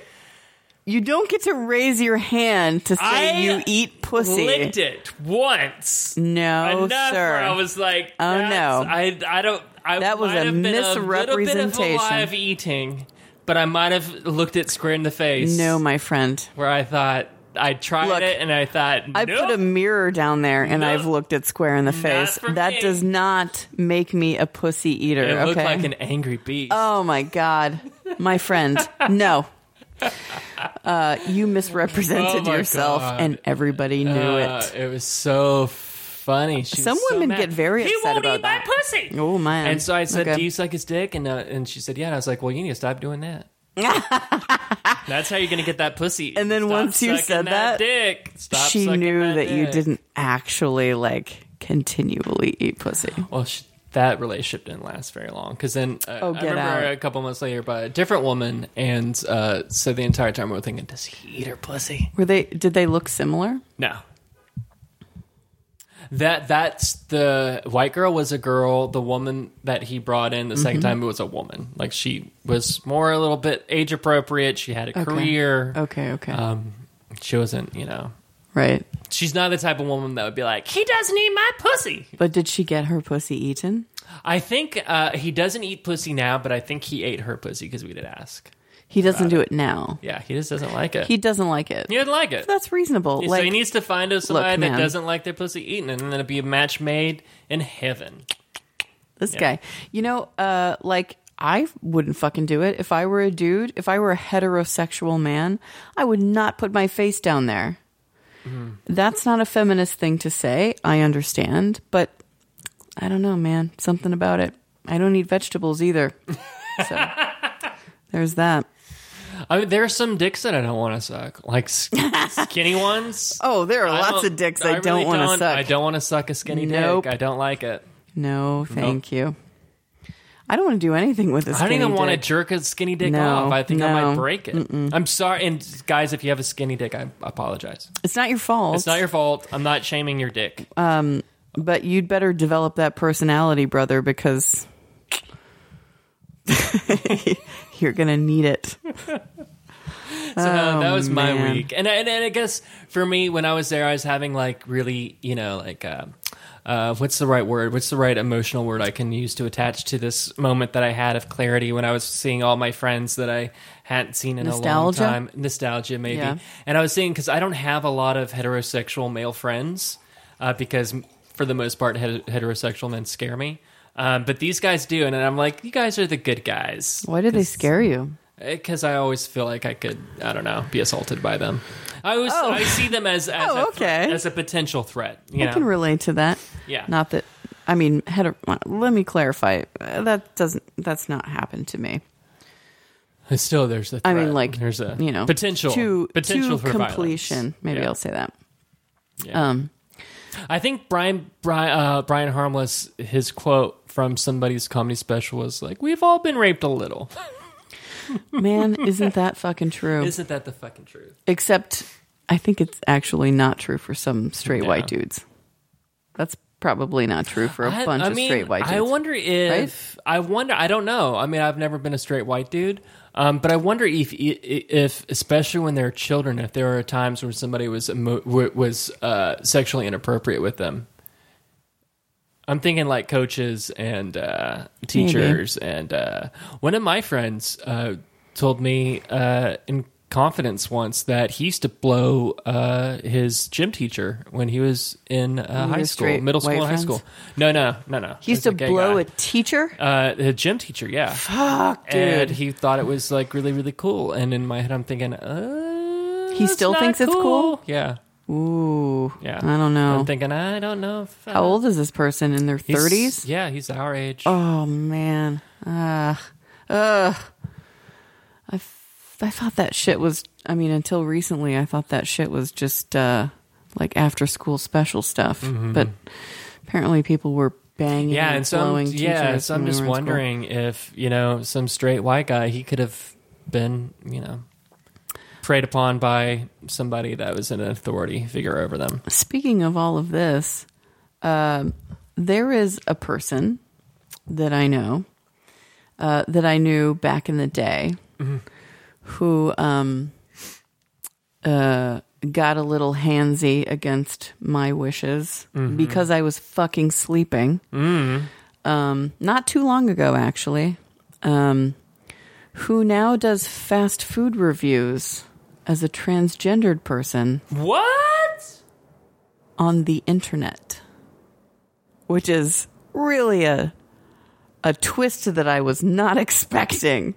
Speaker 1: You don't get to raise your hand to say
Speaker 2: I
Speaker 1: you eat pussy.
Speaker 2: Licked it once.
Speaker 1: No,
Speaker 2: Enough
Speaker 1: sir.
Speaker 2: where I was like,
Speaker 1: Oh,
Speaker 2: "That's-
Speaker 1: no.
Speaker 2: I I don't." I
Speaker 1: That was
Speaker 2: might
Speaker 1: a
Speaker 2: have been A little bit of
Speaker 1: misrepresentation.
Speaker 2: alive eating, but I might have looked it square in the face.
Speaker 1: no, my friend.
Speaker 2: where I thought I tried
Speaker 1: Look,
Speaker 2: it and I thought
Speaker 1: I
Speaker 2: nope.
Speaker 1: put a mirror down there and
Speaker 2: No.
Speaker 1: I've looked it square in the face.
Speaker 2: for
Speaker 1: That
Speaker 2: me.
Speaker 1: does not make me a pussy eater.
Speaker 2: It looked
Speaker 1: okay.
Speaker 2: like an angry beast.
Speaker 1: oh my god, my friend. No. Uh, you misrepresented
Speaker 2: Oh my
Speaker 1: yourself,
Speaker 2: God.
Speaker 1: and everybody knew
Speaker 2: Uh,
Speaker 1: it.
Speaker 2: It was so funny. She was
Speaker 1: Some
Speaker 2: so
Speaker 1: women
Speaker 2: mad.
Speaker 1: get very
Speaker 2: he
Speaker 1: upset
Speaker 2: won't
Speaker 1: about
Speaker 2: eat
Speaker 1: that."
Speaker 2: my pussy.
Speaker 1: Oh man!
Speaker 2: And so I said,
Speaker 1: Okay.
Speaker 2: "Do you suck his dick?" And uh, and she said, "Yeah." And I was like, "Well, you need to stop doing that." That's how you're gonna get that pussy.
Speaker 1: And then
Speaker 2: Stop
Speaker 1: once you
Speaker 2: sucking
Speaker 1: said that,
Speaker 2: dick. Stop
Speaker 1: she
Speaker 2: sucking
Speaker 1: knew
Speaker 2: that,
Speaker 1: that you
Speaker 2: dick.
Speaker 1: didn't actually like continually eat pussy.
Speaker 2: Well, sh that relationship didn't last very long because then uh,
Speaker 1: Oh,
Speaker 2: I
Speaker 1: get
Speaker 2: remember
Speaker 1: out.
Speaker 2: a couple months later by a different woman, and uh, so the entire time we were thinking, "Does he eat her pussy?"
Speaker 1: Were they? Did they look similar?
Speaker 2: No. That that's the white girl was a girl. The woman that he brought in the
Speaker 1: Mm-hmm.
Speaker 2: second time it was a woman. Like she was more a little bit age appropriate. She had a career.
Speaker 1: Okay, okay,
Speaker 2: Um, she wasn't, you know,
Speaker 1: right.
Speaker 2: she's not the type of woman that would be like, he doesn't eat my pussy.
Speaker 1: But did she get her pussy eaten?
Speaker 2: I think uh, he doesn't eat pussy now, but I think he ate her pussy because we did ask.
Speaker 1: He doesn't do it now.
Speaker 2: Yeah, he just doesn't like it.
Speaker 1: He
Speaker 2: He,
Speaker 1: doesn't like it.
Speaker 2: doesn't like it.
Speaker 1: That's reasonable.
Speaker 2: so
Speaker 1: like
Speaker 2: he needs to find us somebody that
Speaker 1: man.
Speaker 2: doesn't like their pussy eaten, and then it'd be a match made in heaven.
Speaker 1: this guy. You know, uh, like I wouldn't fucking do it if I were a dude. If I were a heterosexual man, I would not put my face down there.
Speaker 2: Mm-hmm.
Speaker 1: That's not a feminist thing to say. I understand, but I don't know, man. Something about it. I don't eat vegetables either. So there's that.
Speaker 2: I mean, there are some dicks that I don't want to suck, like s- skinny ones.
Speaker 1: Oh, there are
Speaker 2: I
Speaker 1: lots
Speaker 2: don't-
Speaker 1: of dicks I,
Speaker 2: really
Speaker 1: don't want to suck.
Speaker 2: I don't want to suck a skinny
Speaker 1: Nope.
Speaker 2: dick. I don't like it.
Speaker 1: No, thank you. I don't want to do anything with this.
Speaker 2: I don't even want to jerk a skinny dick
Speaker 1: No,
Speaker 2: off. I think I might
Speaker 1: no.
Speaker 2: break it. I'm sorry, and guys, if you have a skinny dick, I apologize.
Speaker 1: It's not your fault.
Speaker 2: It's not your fault. I'm not shaming your dick.
Speaker 1: But you'd better develop that personality, brother, because you're going to need it.
Speaker 2: So uh, that was my
Speaker 1: Oh, man.
Speaker 2: week, and, and and I guess for me, when I was there, I was having like really, you know, like uh, uh, what's the right word? What's the right emotional word I can use to attach to this moment that I had of clarity when I was seeing all my friends that I hadn't seen in
Speaker 1: Nostalgia?
Speaker 2: a long time. Nostalgia, maybe.
Speaker 1: Yeah.
Speaker 2: And I was seeing because I don't have a lot of heterosexual male friends uh, because for the most part, het- heterosexual men scare me. Um, but these guys do, and I'm like, you guys are the good guys
Speaker 1: Why did they scare you?
Speaker 2: because Eh, I always feel like I could, I don't know, be assaulted by them. I always I see them as as,
Speaker 1: Oh,
Speaker 2: a, thre-
Speaker 1: okay.
Speaker 2: as a potential threat. You
Speaker 1: I
Speaker 2: know?
Speaker 1: can relate to that.
Speaker 2: Yeah.
Speaker 1: Not that, I mean, heter- let me clarify. Uh, That doesn't, that's not happened to me.
Speaker 2: Still, there's a.
Speaker 1: I
Speaker 2: Threat.
Speaker 1: mean, like,
Speaker 2: there's a
Speaker 1: you know,
Speaker 2: potential
Speaker 1: to, to
Speaker 2: potential for violence.
Speaker 1: completion. Maybe
Speaker 2: Yeah.
Speaker 1: I'll say that.
Speaker 2: Yeah.
Speaker 1: Um,
Speaker 2: I think Brian Brian uh, Brian Harmless his quote from somebody's comedy special was like, "We've all been raped a little."
Speaker 1: man, isn't that fucking true?
Speaker 2: Isn't that the fucking truth?
Speaker 1: Except I think it's actually not true for some straight
Speaker 2: Yeah.
Speaker 1: white dudes. That's probably not true for a
Speaker 2: I-
Speaker 1: bunch
Speaker 2: I
Speaker 1: of
Speaker 2: mean,
Speaker 1: straight white dudes.
Speaker 2: I wonder if I wonder. I don't know. I mean, I've never been a straight white dude, um, but I wonder if, if, especially when they're children, if there are times when somebody was emo- w- was uh, sexually inappropriate with them. I'm thinking like coaches and uh, teachers, and uh, one of my friends uh, told me uh, in confidence once that he used to blow uh, his gym teacher when he was in uh, high
Speaker 1: your
Speaker 2: school,
Speaker 1: straight
Speaker 2: middle school,
Speaker 1: white
Speaker 2: and high
Speaker 1: friends?
Speaker 2: school. No, no, no, no.
Speaker 1: He used to
Speaker 2: There's a gay
Speaker 1: blow
Speaker 2: guy.
Speaker 1: a teacher?
Speaker 2: Uh, the gym teacher, yeah. Fuck,
Speaker 1: dude.
Speaker 2: And he thought it was like really, really cool. And in my head, I'm thinking, uh,
Speaker 1: He still
Speaker 2: that's not
Speaker 1: thinks it's cool?
Speaker 2: Yeah,
Speaker 1: Ooh.
Speaker 2: yeah.
Speaker 1: I don't know.
Speaker 2: I'm thinking, I don't know. If,
Speaker 1: How old is this person? In their
Speaker 2: he's-
Speaker 1: 30s?
Speaker 2: Yeah, he's our age.
Speaker 1: Oh, man. Ugh. Ugh. I, f- I thought that shit was, I mean, until recently, I thought that shit was just uh, like after school special stuff. But apparently people were banging
Speaker 2: Mm-hmm. yeah,
Speaker 1: and,
Speaker 2: and so I'm,
Speaker 1: blowing
Speaker 2: yeah,
Speaker 1: teachers
Speaker 2: so I'm
Speaker 1: when we
Speaker 2: just
Speaker 1: were in school.
Speaker 2: wondering if you know some straight white guy, he could have been, you know, preyed upon by somebody that was an authority figure over them.
Speaker 1: Speaking of all of this, um there is a person that I know uh, that I knew back in the day who um, uh, got a little handsy against my wishes because I was fucking sleeping. Um, not too long ago, actually. Um, who now does fast food reviews as a transgendered person
Speaker 2: What?
Speaker 1: on the internet, which is really a a twist that I was not expecting.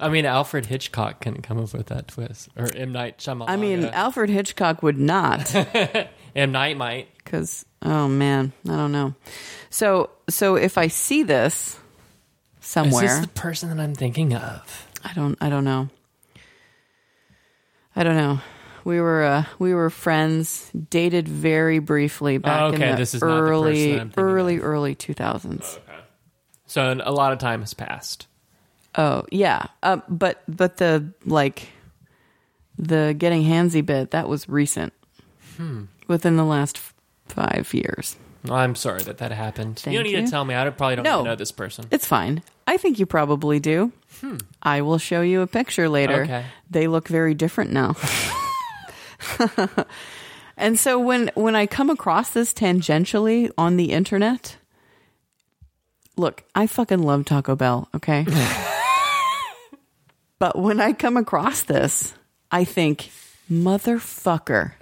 Speaker 2: I mean, Alfred Hitchcock can come up with that twist, or M Night Shyamalan. Uh,
Speaker 1: I mean, Alfred Hitchcock would not,
Speaker 2: M Night might.
Speaker 1: because oh man, I don't know. So so if I see this
Speaker 2: Is
Speaker 1: somewhere,
Speaker 2: this the person that I'm thinking of?
Speaker 1: I don't I don't know. I don't know. We were uh, we were friends, dated very briefly back
Speaker 2: Oh, okay,
Speaker 1: in the
Speaker 2: this is not the person
Speaker 1: early
Speaker 2: I'm thinking
Speaker 1: early early two thousands.
Speaker 2: So a lot of time has passed.
Speaker 1: Oh yeah, uh, but but the like the getting handsy bit that was recent, within the last f- five years.
Speaker 2: Well, I'm sorry that that happened.
Speaker 1: Thank
Speaker 2: you don't need
Speaker 1: you.
Speaker 2: to tell me. I probably don't
Speaker 1: No.
Speaker 2: even know this person.
Speaker 1: It's fine. I think you probably do. I will show you a picture later.
Speaker 2: Okay.
Speaker 1: They look very different now. and so when when I come across this tangentially on the internet, look, I fucking love Taco Bell, okay? but when I come across this, I think motherfucker.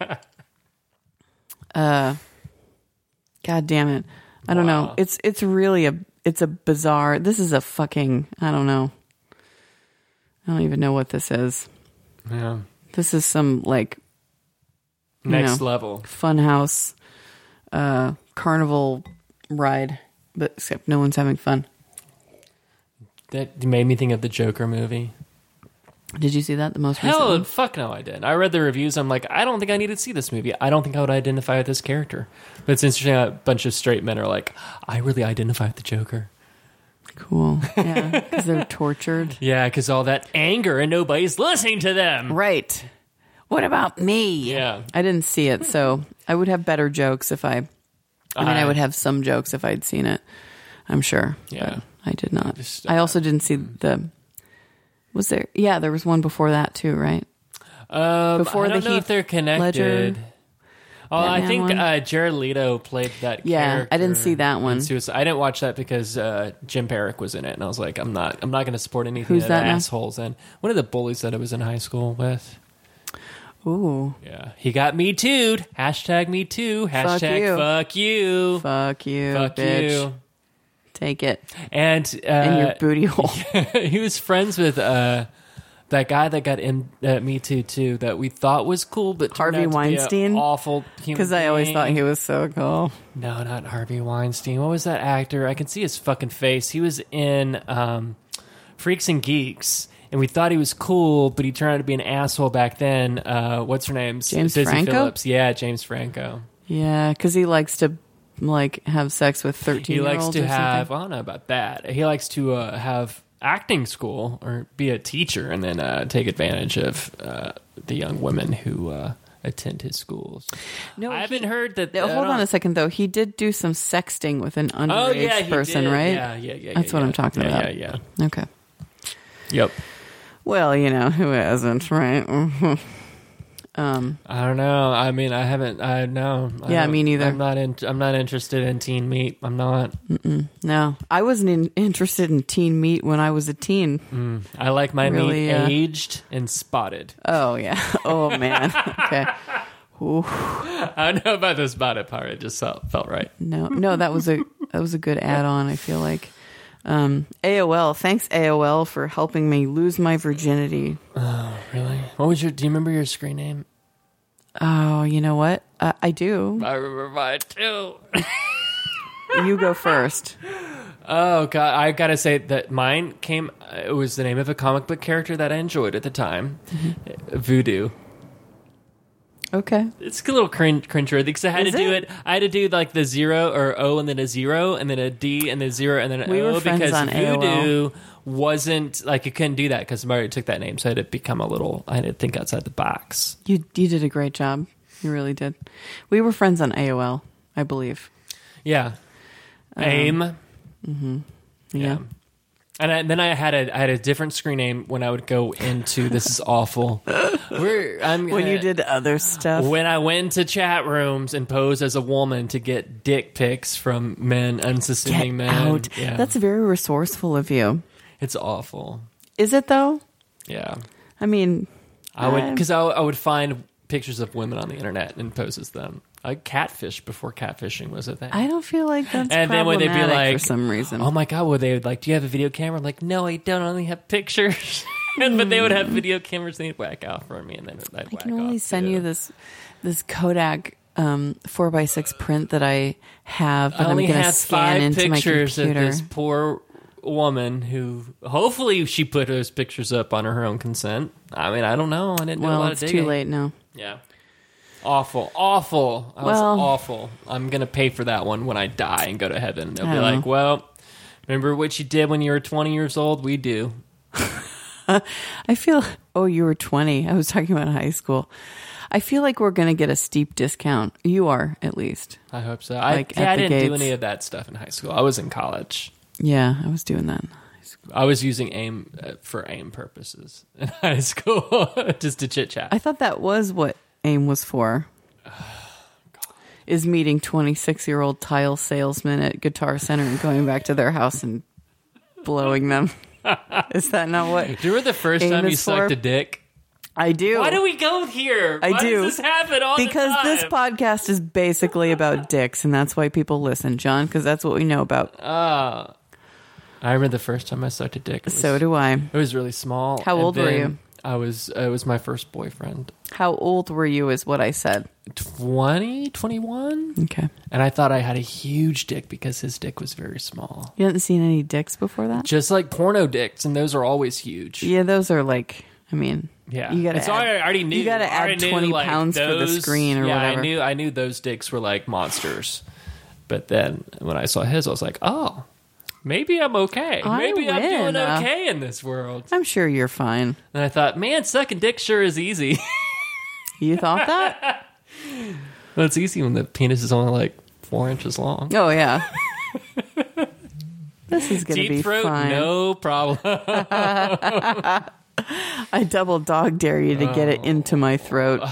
Speaker 1: uh Uh, God damn it. I don't know.
Speaker 2: Wow.
Speaker 1: It's it's really a it's a bizarre. This is a fucking I don't know. I don't even know what this is.
Speaker 2: Yeah.
Speaker 1: This is some like
Speaker 2: Next
Speaker 1: know.
Speaker 2: level.
Speaker 1: funhouse uh carnival ride, but except no one's having fun.
Speaker 2: That made me think of the Joker movie.
Speaker 1: Did you see that the most recent?
Speaker 2: Hell,
Speaker 1: one?
Speaker 2: fuck no, I didn't. I read the reviews. I'm like, I don't think I need to see this movie. I don't think I would identify with this character. But it's interesting how a bunch of straight men are like, I really identify with the Joker.
Speaker 1: Cool. Yeah, cuz they're tortured.
Speaker 2: Yeah, because all that anger and nobody's listening to them.
Speaker 1: Right. What about me?
Speaker 2: Yeah.
Speaker 1: I didn't see it, so I would have better jokes if I I mean, I would have some jokes if I'd seen it. I'm sure.
Speaker 2: Yeah.
Speaker 1: but I did not.
Speaker 2: Just,
Speaker 1: I
Speaker 2: uh,
Speaker 1: also didn't see the. Was there? Yeah, there was one before that too, right?
Speaker 2: Um,
Speaker 1: Before
Speaker 2: I don't
Speaker 1: the
Speaker 2: know
Speaker 1: Heath
Speaker 2: if they're connected.
Speaker 1: Ledger
Speaker 2: Oh, I
Speaker 1: Batman
Speaker 2: think
Speaker 1: one?
Speaker 2: uh, Jared Leto played that.
Speaker 1: Yeah, I didn't
Speaker 2: character
Speaker 1: see that
Speaker 2: in
Speaker 1: one.
Speaker 2: Suicide- I didn't watch that because uh, Jim Perrick was in it, and I was like, I'm not, I'm not going to support anything
Speaker 1: Who's
Speaker 2: that,
Speaker 1: that now?
Speaker 2: assholes. And one of the bullies that I was in high school with.
Speaker 1: Ooh,
Speaker 2: Yeah, he got me too. Hashtag me too.
Speaker 1: Fuck you.
Speaker 2: Hashtag fuck you. Fuck
Speaker 1: fuck you,
Speaker 2: you.
Speaker 1: bitch. Take it
Speaker 2: And uh,
Speaker 1: in your booty hole.
Speaker 2: he was friends with uh, that guy that got in uh, Me Too too that we thought was cool, but turned
Speaker 1: Harvey
Speaker 2: out to be a
Speaker 1: Weinstein?
Speaker 2: awful. human
Speaker 1: Because I always
Speaker 2: being.
Speaker 1: thought he was so cool.
Speaker 2: no, not Harvey Weinstein. What was that actor? I can see his fucking face. He was in um, Freaks and Geeks. And we thought he was cool, but he turned out to be an asshole back then. Uh, what's her name?
Speaker 1: James Franco?
Speaker 2: Phillips. Yeah, James Franco.
Speaker 1: Yeah, because he likes to like have sex with thirteen.
Speaker 2: he likes
Speaker 1: -year-olds
Speaker 2: to
Speaker 1: or
Speaker 2: have
Speaker 1: Something.
Speaker 2: i don't know about that he likes to uh, have acting school or be a teacher and then uh, take advantage of uh, the young women who uh, attend his schools
Speaker 1: No,
Speaker 2: i haven't
Speaker 1: he-
Speaker 2: heard that
Speaker 1: Now,
Speaker 2: I
Speaker 1: hold
Speaker 2: don't-
Speaker 1: on a second though. He did do some sexting with an underage
Speaker 2: oh yeah he
Speaker 1: person,
Speaker 2: did.
Speaker 1: right?
Speaker 2: yeah yeah yeah
Speaker 1: That's
Speaker 2: yeah,
Speaker 1: what I'm
Speaker 2: yeah.
Speaker 1: talking
Speaker 2: Yeah,
Speaker 1: about.
Speaker 2: yeah
Speaker 1: Okay.
Speaker 2: yeah yep
Speaker 1: Well, you know who hasn't, right? um,
Speaker 2: i don't know i mean i haven't i know I
Speaker 1: Yeah,
Speaker 2: don't-
Speaker 1: me neither.
Speaker 2: i'm not in, i'm not interested in teen meat i'm not
Speaker 1: no, I wasn't in, interested in teen meat when I was a teen.
Speaker 2: Mm. i like my
Speaker 1: Really,
Speaker 2: meat
Speaker 1: uh,
Speaker 2: aged and spotted
Speaker 1: Oh yeah. Oh man. okay.
Speaker 2: i don't know about the spotted part it just felt, felt right
Speaker 1: No, no, that was a that was a good add-on. I feel like um, AOL. Thanks AOL for helping me lose my virginity.
Speaker 2: really what was your do you remember your screen name
Speaker 1: Oh, you know what? Uh, I do.
Speaker 2: I remember mine too.
Speaker 1: You go first.
Speaker 2: Oh god, I gotta say that mine came. It was the name of a comic book character that I enjoyed at the time, Mm-hmm. Voodoo.
Speaker 1: Okay.
Speaker 2: It's a little cringe, cringe because I had
Speaker 1: Is
Speaker 2: to do
Speaker 1: it?
Speaker 2: it? I had to do like the zero or O and then a zero and then a D and then zero and then an
Speaker 1: We
Speaker 2: O
Speaker 1: were friends
Speaker 2: because
Speaker 1: on
Speaker 2: Voodoo wasn't like you couldn't do that because Mario took that name, so I had to become a little. I had to think outside the box.
Speaker 1: You you did a great job. You really did. We were friends on AOL, I believe.
Speaker 2: Yeah, aim.
Speaker 1: Um, Mm-hmm. Yeah.
Speaker 2: And, I, then I had a I had a different screen name when I would go into this is awful. We're, I'm
Speaker 1: When you
Speaker 2: gonna-
Speaker 1: did other stuff,
Speaker 2: when I went to chat rooms and posed as a woman to get dick pics from men,
Speaker 1: get
Speaker 2: unsuspecting men.
Speaker 1: out.
Speaker 2: Yeah,
Speaker 1: That's very resourceful of you.
Speaker 2: it's awful.
Speaker 1: Is it though?
Speaker 2: Yeah,
Speaker 1: I mean,
Speaker 2: I would
Speaker 1: I'm-
Speaker 2: because I, I would find pictures of women on the internet and pose as them. I catfish before catfishing was a thing.
Speaker 1: I don't feel like that's
Speaker 2: and then when they'd be
Speaker 1: problematic
Speaker 2: like,
Speaker 1: for some reason,
Speaker 2: oh my god, well they would like, do you have a video camera? I'm like, no, I don't. I only have pictures. and but they would have video cameras. and They'd whack off for me, and then I'd
Speaker 1: I
Speaker 2: whack
Speaker 1: can only
Speaker 2: off,
Speaker 1: send
Speaker 2: too.
Speaker 1: you this this Kodak um, four by six print that I have,
Speaker 2: I
Speaker 1: but I'm
Speaker 2: only
Speaker 1: going to
Speaker 2: have
Speaker 1: scan
Speaker 2: five
Speaker 1: into my
Speaker 2: pictures of
Speaker 1: computer.
Speaker 2: this poor woman who hopefully she put those pictures up on her own consent. I mean, I don't know. I didn't do a
Speaker 1: Well,
Speaker 2: lot
Speaker 1: it's
Speaker 2: of digging.
Speaker 1: too late now.
Speaker 2: Yeah. Awful, awful. I
Speaker 1: Well-
Speaker 2: was awful. I'm gonna pay for that one when I die and go to heaven. They'll
Speaker 1: I
Speaker 2: be
Speaker 1: don't
Speaker 2: like,
Speaker 1: know.
Speaker 2: "Well, remember what you did when you were 20 years old? We do."
Speaker 1: I feel. Oh, you were 20. I was talking about high school. I feel like we're going to get a steep discount. You are, at least.
Speaker 2: I hope so.
Speaker 1: Like,
Speaker 2: I, yeah,
Speaker 1: at
Speaker 2: I
Speaker 1: the
Speaker 2: didn't do
Speaker 1: gates.
Speaker 2: any of that stuff in high school. I was in college.
Speaker 1: Yeah, I was doing that.
Speaker 2: I was using AIM uh, for AIM purposes in high school, just to chit chat.
Speaker 1: I thought that was what AIM was for. Is meeting 26 year old tile salesmen at Guitar Center and going back to their house and blowing them. Is that not what
Speaker 2: Do you remember the first
Speaker 1: AIM
Speaker 2: time you
Speaker 1: is for-
Speaker 2: sucked a dick?
Speaker 1: I do?
Speaker 2: Why do we go here?
Speaker 1: I
Speaker 2: Why
Speaker 1: do.
Speaker 2: Does this happen all
Speaker 1: because
Speaker 2: the time?
Speaker 1: this podcast is basically about dicks, and that's why people listen, John, because that's what we know about.
Speaker 2: I remember the first time I sucked a dick. It was,
Speaker 1: So do I.
Speaker 2: it was really small.
Speaker 1: How
Speaker 2: and
Speaker 1: old were
Speaker 2: then
Speaker 1: you?
Speaker 2: I was. Uh, it was my first boyfriend.
Speaker 1: How old were you, is what I said.
Speaker 2: 20, 21?
Speaker 1: Okay.
Speaker 2: and I thought I had a huge dick because his dick was very small,
Speaker 1: You hadn't seen any dicks before that?
Speaker 2: just like porno dicks, and those are always huge.
Speaker 1: Yeah, those are like, I mean,
Speaker 2: Yeah,
Speaker 1: You gotta
Speaker 2: It's
Speaker 1: add-
Speaker 2: already- I already knew.
Speaker 1: You gotta
Speaker 2: I
Speaker 1: add
Speaker 2: already knew,
Speaker 1: 20
Speaker 2: like,
Speaker 1: pounds for the
Speaker 2: those-
Speaker 1: screen or
Speaker 2: yeah,
Speaker 1: whatever.
Speaker 2: I knew. I knew those dicks were like monsters, but then when I saw his, I was like, oh, maybe I'm okay.
Speaker 1: I
Speaker 2: maybe I'm
Speaker 1: win.
Speaker 2: doing okay in this world.
Speaker 1: I'm sure you're fine.
Speaker 2: And I thought, man, sucking dick sure is easy.
Speaker 1: You thought that?
Speaker 2: well, it's easy when the penis is only like four inches long.
Speaker 1: oh, yeah. this is going to be
Speaker 2: Deep throat,
Speaker 1: fine.
Speaker 2: no problem.
Speaker 1: I double dog dare you to get it
Speaker 2: Oh.
Speaker 1: into my throat.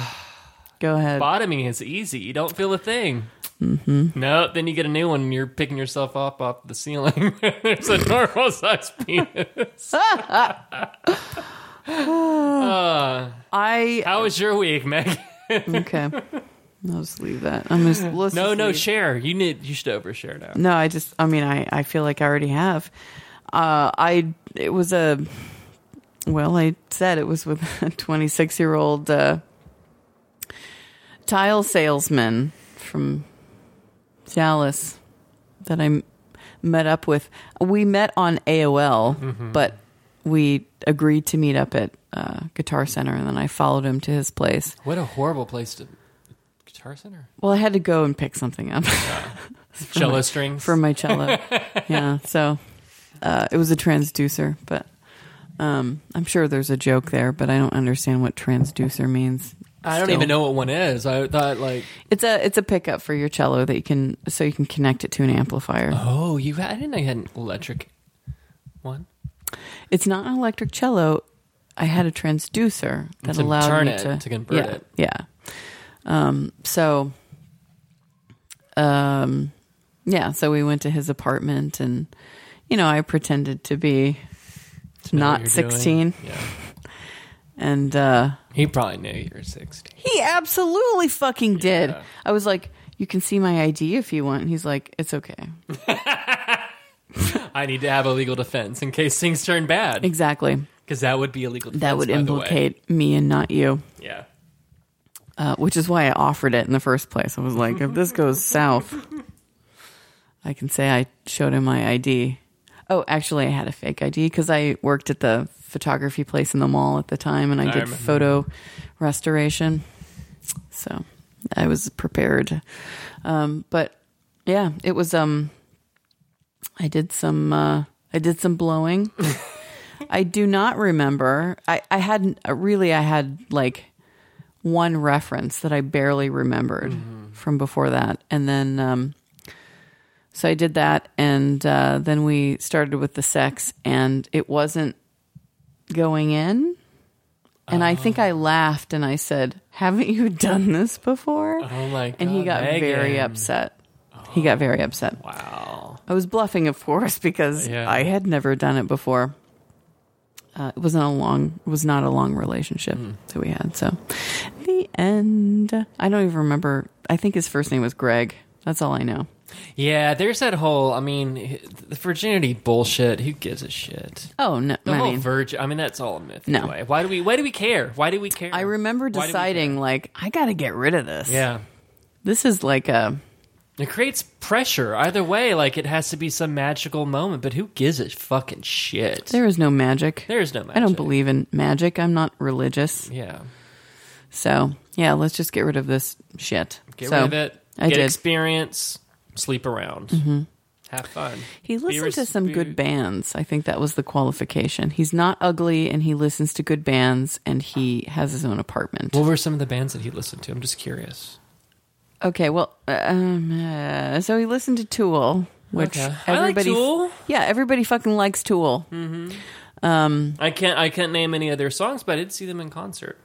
Speaker 1: Go ahead.
Speaker 2: Bottoming is easy. You don't feel a thing. Mm-hmm. No, then you get a new one and you're picking yourself up off the ceiling. There's a normal size penis. uh,
Speaker 1: I.
Speaker 2: how was your week, Meg?
Speaker 1: Okay. I'll just leave that. I'm just let's
Speaker 2: No,
Speaker 1: just
Speaker 2: no,
Speaker 1: leave.
Speaker 2: share. You need. You should overshare now.
Speaker 1: no. I just. I mean, I. I feel like I already have. Uh, I. It was a. Well, I said it was with a 26 year old uh, tile salesman from Dallas that I m- met up with. We met on AOL, but we agreed to meet up at uh, Guitar Center, and then I followed him to his place.
Speaker 2: What a horrible place to. Guitar Center.
Speaker 1: Well, I had to go and pick something up
Speaker 2: Cello strings.
Speaker 1: for my cello. yeah, so uh, it was a transducer, but um, I'm sure there's a joke there, but I don't understand what transducer means.
Speaker 2: I don't
Speaker 1: still.
Speaker 2: even know what one is. I thought like,
Speaker 1: It's a it's a pickup for your cello that you can so you can connect it to an amplifier.
Speaker 2: oh, you. I didn't know you had an electric one.
Speaker 1: It's not an electric cello. I had a transducer that
Speaker 2: To
Speaker 1: allowed
Speaker 2: turn
Speaker 1: me
Speaker 2: it,
Speaker 1: to,
Speaker 2: to convert
Speaker 1: yeah,
Speaker 2: it.
Speaker 1: Yeah. Um, so, um, yeah. So we went to his apartment, and you know, I pretended to be
Speaker 2: Know what
Speaker 1: not
Speaker 2: you're doing.
Speaker 1: sixteen,
Speaker 2: Yeah.
Speaker 1: and uh,
Speaker 2: He probably knew you were sixteen.
Speaker 1: he absolutely fucking did.
Speaker 2: Yeah.
Speaker 1: I was like, "You can see my ID if you want." And he's like, "It's okay."
Speaker 2: I need to have a legal defense in case things turn bad,
Speaker 1: Exactly.
Speaker 2: because that would be illegal. Defense,
Speaker 1: That would
Speaker 2: by the way.
Speaker 1: implicate me and not you.
Speaker 2: Yeah,
Speaker 1: uh, which is why I offered it in the first place. I was like, if this goes south, I can say I showed him my ID. Oh, actually, I had a fake ID because I worked at the photography place in the mall at the time, and I, did
Speaker 2: remember.
Speaker 1: photo restoration. So I was prepared, um, but yeah, it was. Um, I did some. Uh, I did some blowing. I do not remember. I, I had really, I had like one reference that I barely remembered
Speaker 2: Mm-hmm.
Speaker 1: from before that. And then, um, so I did that. And uh, then we started with the sex, and it wasn't going in. And I think
Speaker 2: Oh.
Speaker 1: I laughed and I said, Haven't you done this before?
Speaker 2: Oh my
Speaker 1: And he
Speaker 2: God,
Speaker 1: got very
Speaker 2: Megan. Oh.
Speaker 1: upset. He got very upset.
Speaker 2: Wow.
Speaker 1: I was bluffing, of course, because
Speaker 2: Yeah.
Speaker 1: I had never done it before. Uh, it wasn't a long, it was not a long relationship
Speaker 2: Hmm.
Speaker 1: that we had. So, the end. I don't even remember. I think his first name was Greg. That's all I know.
Speaker 2: Yeah, there's that whole. I mean, the virginity bullshit. Who gives a shit?
Speaker 1: Oh no,
Speaker 2: The
Speaker 1: I
Speaker 2: whole
Speaker 1: mean,
Speaker 2: virgin. I mean, that's all a myth.
Speaker 1: No.
Speaker 2: Anyway. Why do we? Why do we care? Why do we care?
Speaker 1: I remember
Speaker 2: Why do we
Speaker 1: deciding like I got to get rid of this.
Speaker 2: care? Yeah.
Speaker 1: this is like a
Speaker 2: It creates pressure either way. Like it has to be some magical moment, but who gives a fucking shit?
Speaker 1: there is no magic.
Speaker 2: There is no
Speaker 1: I don't
Speaker 2: magic.
Speaker 1: believe in magic. I'm not religious.
Speaker 2: yeah,
Speaker 1: So yeah, let's just get rid of this shit.
Speaker 2: get
Speaker 1: So,
Speaker 2: rid of it.
Speaker 1: I
Speaker 2: get
Speaker 1: did. Mm-hmm.
Speaker 2: experience. Sleep around. Have fun.
Speaker 1: He
Speaker 2: Be
Speaker 1: listened to
Speaker 2: res-
Speaker 1: some
Speaker 2: be-
Speaker 1: good bands. I think that was the qualification. He's not ugly and he listens to good bands and he has his own apartment.
Speaker 2: What were some of the bands that he listened to? I'm just curious.
Speaker 1: okay, well, um, uh, so he listened to Tool, which
Speaker 2: Okay. I like
Speaker 1: everybody.
Speaker 2: Tool.
Speaker 1: Yeah, everybody fucking likes Tool.
Speaker 2: I can't. I can't name any other songs, but I did see them in concert.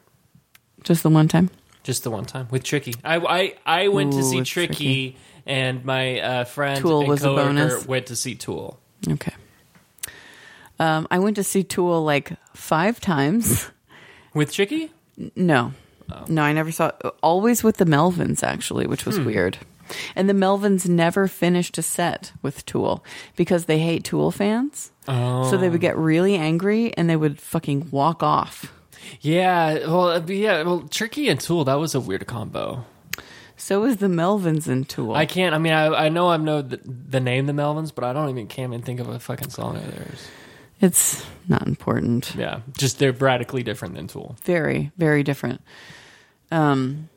Speaker 1: Just the one time.
Speaker 2: Just the one time with Tricky. I I, I went
Speaker 1: Ooh,
Speaker 2: to see
Speaker 1: with
Speaker 2: Tricky,
Speaker 1: Tricky.
Speaker 2: and my uh, friend
Speaker 1: Tool
Speaker 2: and
Speaker 1: was a
Speaker 2: coworker
Speaker 1: bonus.
Speaker 2: went to see Tool.
Speaker 1: Okay. Um, I went to see Tool like five times.
Speaker 2: With Tricky?
Speaker 1: No.
Speaker 2: Oh.
Speaker 1: No, I never saw always with the Melvins actually, which
Speaker 2: Hmm.
Speaker 1: was weird. And the Melvins never finished a set with Tool because they hate Tool fans.
Speaker 2: Oh.
Speaker 1: So they would get really angry and they would fucking walk off.
Speaker 2: Yeah. Well, uh, yeah. Well, Tricky and Tool. That was a weird combo.
Speaker 1: So is the Melvins in Tool.
Speaker 2: I can't. I mean, I, I know I know the, the name the Melvins, but I don't even can't even think of a fucking song of theirs.
Speaker 1: it's not important.
Speaker 2: Yeah, just they're radically different than Tool.
Speaker 1: Very, very different. Um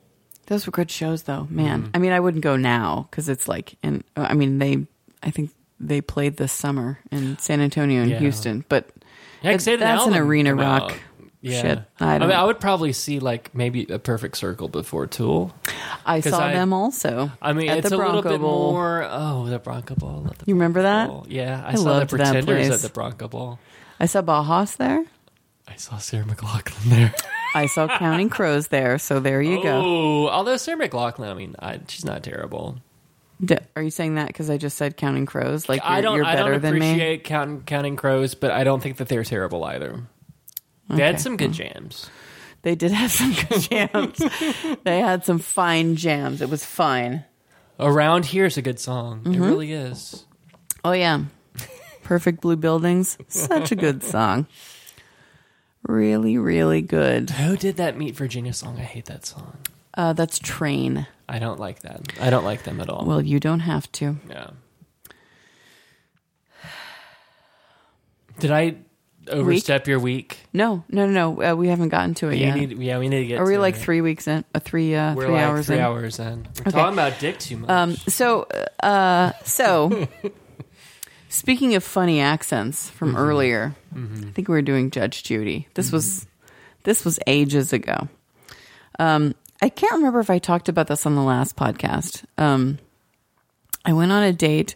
Speaker 1: those were good shows though,
Speaker 2: Hmm.
Speaker 1: man. I mean, I wouldn't go now cuz it's like and I mean, they I think they played this summer in San Antonio and
Speaker 2: Yeah.
Speaker 1: Houston, but
Speaker 2: Yeah, 'cause they had
Speaker 1: that's an
Speaker 2: album
Speaker 1: arena
Speaker 2: come
Speaker 1: rock
Speaker 2: out. Yeah.
Speaker 1: shit.
Speaker 2: I,
Speaker 1: I don't.
Speaker 2: mean, I would probably see like maybe a Perfect Circle before Tool.
Speaker 1: I
Speaker 2: 'cause
Speaker 1: saw
Speaker 2: I-
Speaker 1: them also.
Speaker 2: I mean,
Speaker 1: at
Speaker 2: it's
Speaker 1: the
Speaker 2: a
Speaker 1: Bronco
Speaker 2: little bit
Speaker 1: Bowl.
Speaker 2: more. Oh, the Bronco Ball. I love the
Speaker 1: You remember that?
Speaker 2: Bronco Bowl. Yeah, I,
Speaker 1: I
Speaker 2: saw the
Speaker 1: loved that
Speaker 2: Pretenders at
Speaker 1: place.
Speaker 2: the Bronco Ball.
Speaker 1: I saw Bajas there.
Speaker 2: I saw Sarah McLaughlin there.
Speaker 1: I saw Counting Crows there. So there you go.
Speaker 2: Oh, although Sarah McLaughlin, I mean, I, she's not terrible.
Speaker 1: D- are you saying that because I just said Counting Crows? Like you're,
Speaker 2: I don't.
Speaker 1: you're
Speaker 2: I
Speaker 1: better
Speaker 2: don't
Speaker 1: than me.
Speaker 2: appreciate counting, counting crows, but I don't think that they're terrible either. They had
Speaker 1: Okay,
Speaker 2: some good jams.
Speaker 1: They did have some good jams. they had some fine jams. It was fine.
Speaker 2: Around here is a good song. It
Speaker 1: Mm-hmm.
Speaker 2: really is.
Speaker 1: Oh yeah, Perfect Blue Buildings. Such a good song. Really, really good.
Speaker 2: Who did that Meet Virginia song? I hate that song.
Speaker 1: Uh, that's Train.
Speaker 2: I don't like that. I don't like them at all.
Speaker 1: Well, you don't have to.
Speaker 2: yeah. Did I overstep your week?
Speaker 1: No, no, no, no. Uh, we haven't gotten to it
Speaker 2: You
Speaker 1: yet.
Speaker 2: need- yeah, we need to get.
Speaker 1: Are we
Speaker 2: to
Speaker 1: like
Speaker 2: it.
Speaker 1: three weeks in? Uh, three, uh,
Speaker 2: We're
Speaker 1: three
Speaker 2: like
Speaker 1: hours
Speaker 2: three
Speaker 1: in.
Speaker 2: hours in. We're talking about dick too much.
Speaker 1: Um, so, uh, so speaking of funny accents from
Speaker 2: Mm-hmm.
Speaker 1: earlier, I think we were doing Judge Judy. This was this was ages ago. Um, I can't remember if I talked about this on the last podcast. Um, I went on a date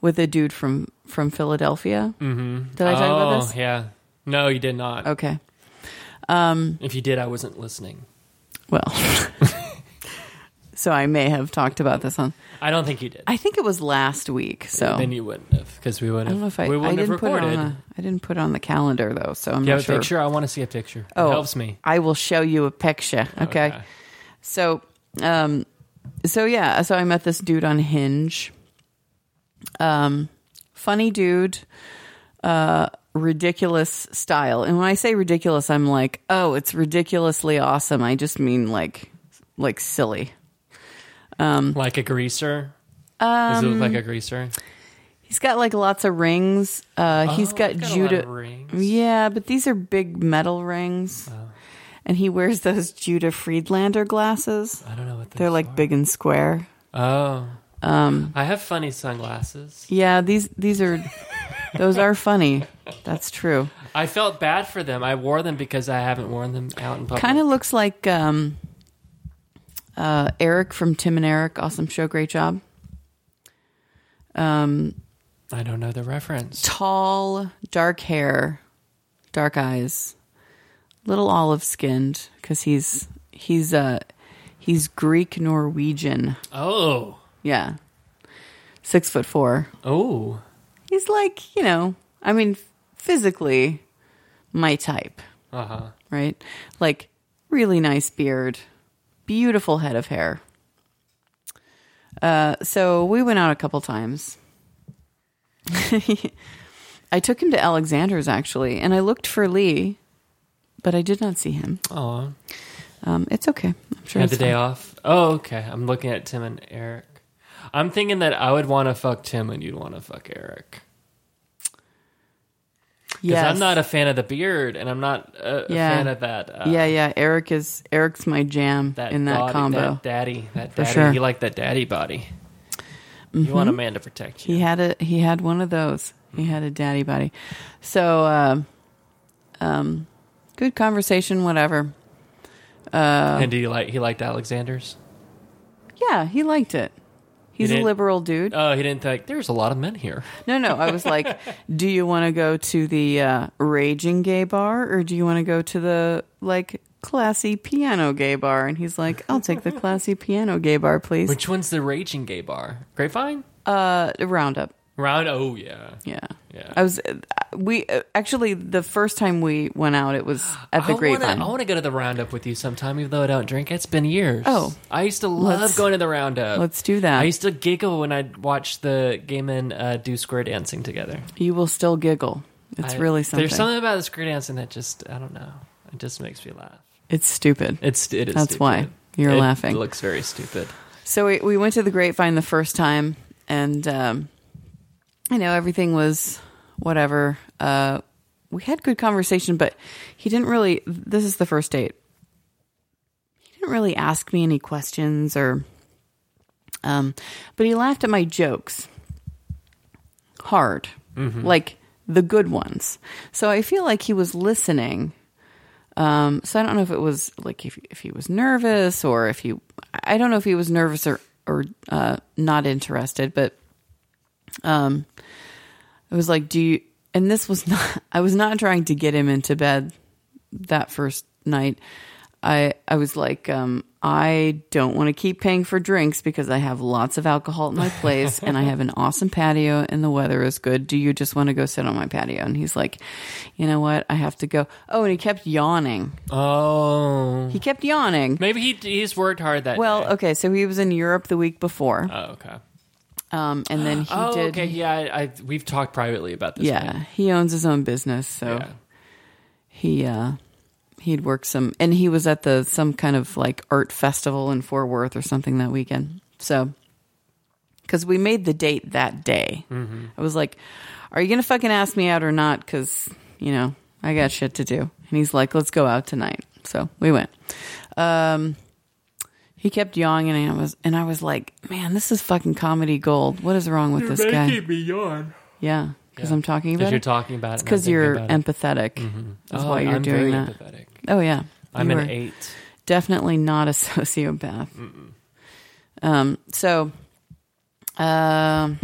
Speaker 1: with a dude from from Philadelphia. Mm-hmm. Did I talk about
Speaker 2: oh
Speaker 1: this? Oh.
Speaker 2: yeah. No, you did not.
Speaker 1: Okay.
Speaker 2: If you did, I wasn't listening.
Speaker 1: Well, so I may have talked about this on.
Speaker 2: I don't think you did.
Speaker 1: I think it was last week. So
Speaker 2: Then you wouldn't have, because we would
Speaker 1: I
Speaker 2: have.
Speaker 1: don't know if I,
Speaker 2: we
Speaker 1: I
Speaker 2: wouldn't have
Speaker 1: didn't put it
Speaker 2: recorded.
Speaker 1: on. A, I didn't put it on the calendar though, so I'm
Speaker 2: you have
Speaker 1: not
Speaker 2: a
Speaker 1: sure.
Speaker 2: picture? I want to see a picture.
Speaker 1: Oh,
Speaker 2: it helps me.
Speaker 1: I will show you a picture. Okay.
Speaker 2: Okay.
Speaker 1: So, um, so yeah, so I met this dude on Hinge. Um, funny dude, uh, ridiculous style. And when I say ridiculous, I'm like, oh, it's ridiculously awesome. I just mean like, like silly.
Speaker 2: Like a greaser. Does it look like a greaser?
Speaker 1: Um, He's got like lots of rings. Uh, he's
Speaker 2: Oh,
Speaker 1: got
Speaker 2: he's got a lot
Speaker 1: Judah
Speaker 2: of rings.
Speaker 1: Yeah, but these are big metal rings, and he wears those Judah Friedlander glasses.
Speaker 2: I don't know what those
Speaker 1: They're like
Speaker 2: are.
Speaker 1: big and square.
Speaker 2: Oh. Um. I have funny sunglasses.
Speaker 1: Yeah, these these are Those are funny. That's true.
Speaker 2: I felt bad for them. I wore them because I haven't worn them out in public.
Speaker 1: Kind of looks like um, uh, Eric from Tim and Eric. Awesome show. Great job.
Speaker 2: I don't know the reference.
Speaker 1: Tall, dark hair, dark eyes, little olive skinned because he's he's uh he's Greek Norwegian.
Speaker 2: Oh,
Speaker 1: Yeah, six foot four.
Speaker 2: oh,
Speaker 1: He's like you know, I mean, physically my type.
Speaker 2: uh huh.
Speaker 1: right? Like really nice beard, beautiful head of hair. Uh, so we went out a couple times. I took him to Alexander's actually, and I looked for Lee, but I did not see him.
Speaker 2: Oh,
Speaker 1: Um, it's okay. I'm sure
Speaker 2: had
Speaker 1: it's
Speaker 2: the day
Speaker 1: fine.
Speaker 2: off. Oh, okay. I'm looking at Tim and Eric. I'm thinking that I would want to fuck Tim and you'd want to fuck Eric. Because
Speaker 1: Yes.
Speaker 2: I'm not a fan of the beard, and I'm not a, a
Speaker 1: Yeah.
Speaker 2: fan of that. Uh,
Speaker 1: yeah, yeah. Eric is Eric's my jam
Speaker 2: that
Speaker 1: in that
Speaker 2: body,
Speaker 1: combo.
Speaker 2: that daddy, that
Speaker 1: For
Speaker 2: daddy.
Speaker 1: sure. Mm-hmm.
Speaker 2: You like that daddy body. You want a man to protect you.
Speaker 1: He had a he had one of those. He had a daddy body. So, uh, um, good conversation, whatever.
Speaker 2: and do you like? He liked Alexander's.
Speaker 1: Yeah, he liked it. He's a
Speaker 2: did?
Speaker 1: liberal dude.
Speaker 2: Oh, he didn't think there's a lot of men here.
Speaker 1: No, no. I was like, do you want to go to the uh, raging gay bar or do you want to go to the like classy piano gay bar? And he's like, I'll take the classy piano gay bar, please.
Speaker 2: Which one's the raging gay bar? Grapevine?
Speaker 1: uh, roundup.
Speaker 2: Round? Oh yeah.
Speaker 1: Yeah.
Speaker 2: Yeah.
Speaker 1: I was. uh, We uh, actually the first time we went out, it was at
Speaker 2: I
Speaker 1: the
Speaker 2: wanna-
Speaker 1: Grapevine.
Speaker 2: I want to go to the roundup with you sometime, even though I don't drink. It's been years.
Speaker 1: Oh.
Speaker 2: I used to love
Speaker 1: Let's-
Speaker 2: going to the roundup.
Speaker 1: Let's do that.
Speaker 2: I used to giggle when I'd watch the gay men uh, do square dancing together.
Speaker 1: you will still giggle. It's
Speaker 2: I-
Speaker 1: really something.
Speaker 2: There's something about the square dancing that just I don't know. It just makes me laugh.
Speaker 1: It's stupid.
Speaker 2: It's it is.
Speaker 1: That's
Speaker 2: stupid.
Speaker 1: why you're
Speaker 2: It
Speaker 1: laughing.
Speaker 2: Looks very stupid.
Speaker 1: So we, we went to the Grapevine the first time, and um, I know everything was whatever. Uh, we had good conversation, but he didn't really. This is the first date. He didn't really ask me any questions or, um, but he laughed at my jokes hard,
Speaker 2: Mm-hmm.
Speaker 1: like the good ones. So I feel like he was listening. Um, so I don't know if it was like if if he was nervous or if he I don't know if he was nervous or or uh, not interested, but um, I was like, do you? And this was not. I was not trying to get him into bed that first night. I I was like, um, I don't want to keep paying for drinks because I have lots of alcohol at my place and I have an awesome patio and the weather is good. Do you just want to go sit on my patio? And he's like, you know what? I have to go. Oh, and he kept yawning.
Speaker 2: Oh,
Speaker 1: He kept yawning.
Speaker 2: maybe he he's worked hard that.
Speaker 1: Well,
Speaker 2: day.
Speaker 1: okay, so he was in Europe the week before,
Speaker 2: Oh, okay.
Speaker 1: um, and then he
Speaker 2: oh,
Speaker 1: did.
Speaker 2: okay. Yeah, I, I we've talked privately about this.
Speaker 1: yeah,
Speaker 2: man.
Speaker 1: he owns his own business, so
Speaker 2: Yeah.
Speaker 1: he uh, he'd worked some, and he was at the some kind of like art festival in Fort Worth or something that weekend. So, because we made the date that day,
Speaker 2: Mm-hmm.
Speaker 1: I was like, "Are you gonna fucking ask me out or not?" Because you know I got shit to do, and he's like, "Let's go out tonight." So we went. Um, he kept yawning, and I was, and I was like, "Man, this is fucking comedy gold. What is wrong with this guy?"
Speaker 2: me yawn.
Speaker 1: Yeah, because
Speaker 2: Yeah.
Speaker 1: I'm talking
Speaker 2: Because
Speaker 1: about
Speaker 2: you're
Speaker 1: it.
Speaker 2: talking about it.
Speaker 1: It's
Speaker 2: and I'm
Speaker 1: because
Speaker 2: thinking
Speaker 1: you're
Speaker 2: about it.
Speaker 1: empathetic. That's
Speaker 2: Oh,
Speaker 1: why you're
Speaker 2: I'm
Speaker 1: doing
Speaker 2: very
Speaker 1: that.
Speaker 2: empathetic.
Speaker 1: Oh yeah,
Speaker 2: I'm
Speaker 1: You
Speaker 2: an
Speaker 1: are
Speaker 2: eight.
Speaker 1: Definitely not a sociopath. Um. So, um,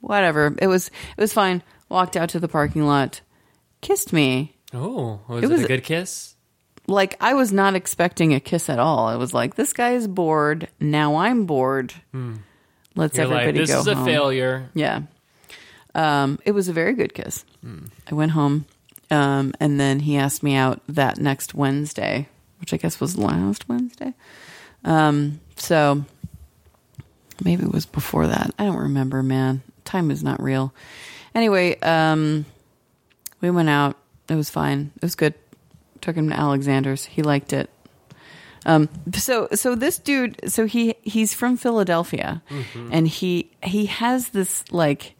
Speaker 1: whatever. It was. It was fine. Walked out to the parking lot. Kissed me.
Speaker 2: Oh, was
Speaker 1: It
Speaker 2: it,
Speaker 1: was-
Speaker 2: a good kiss?
Speaker 1: Like I was not expecting a kiss at all. I was like, this guy is bored. Now I'm bored. Let's
Speaker 2: Hmm. You're like,
Speaker 1: everybody
Speaker 2: this
Speaker 1: go
Speaker 2: is a
Speaker 1: home.
Speaker 2: failure.
Speaker 1: Yeah. Um, it was a very good kiss. I went home, um, and then he asked me out that next Wednesday, which I guess was last Wednesday. Um, so maybe it was before that. I don't remember, man. Time is not real. Anyway, um, we went out. It was fine. It was good. Took him to Alexander's. He liked it. Um, so so this dude, so he he's from Philadelphia, and he he has this like,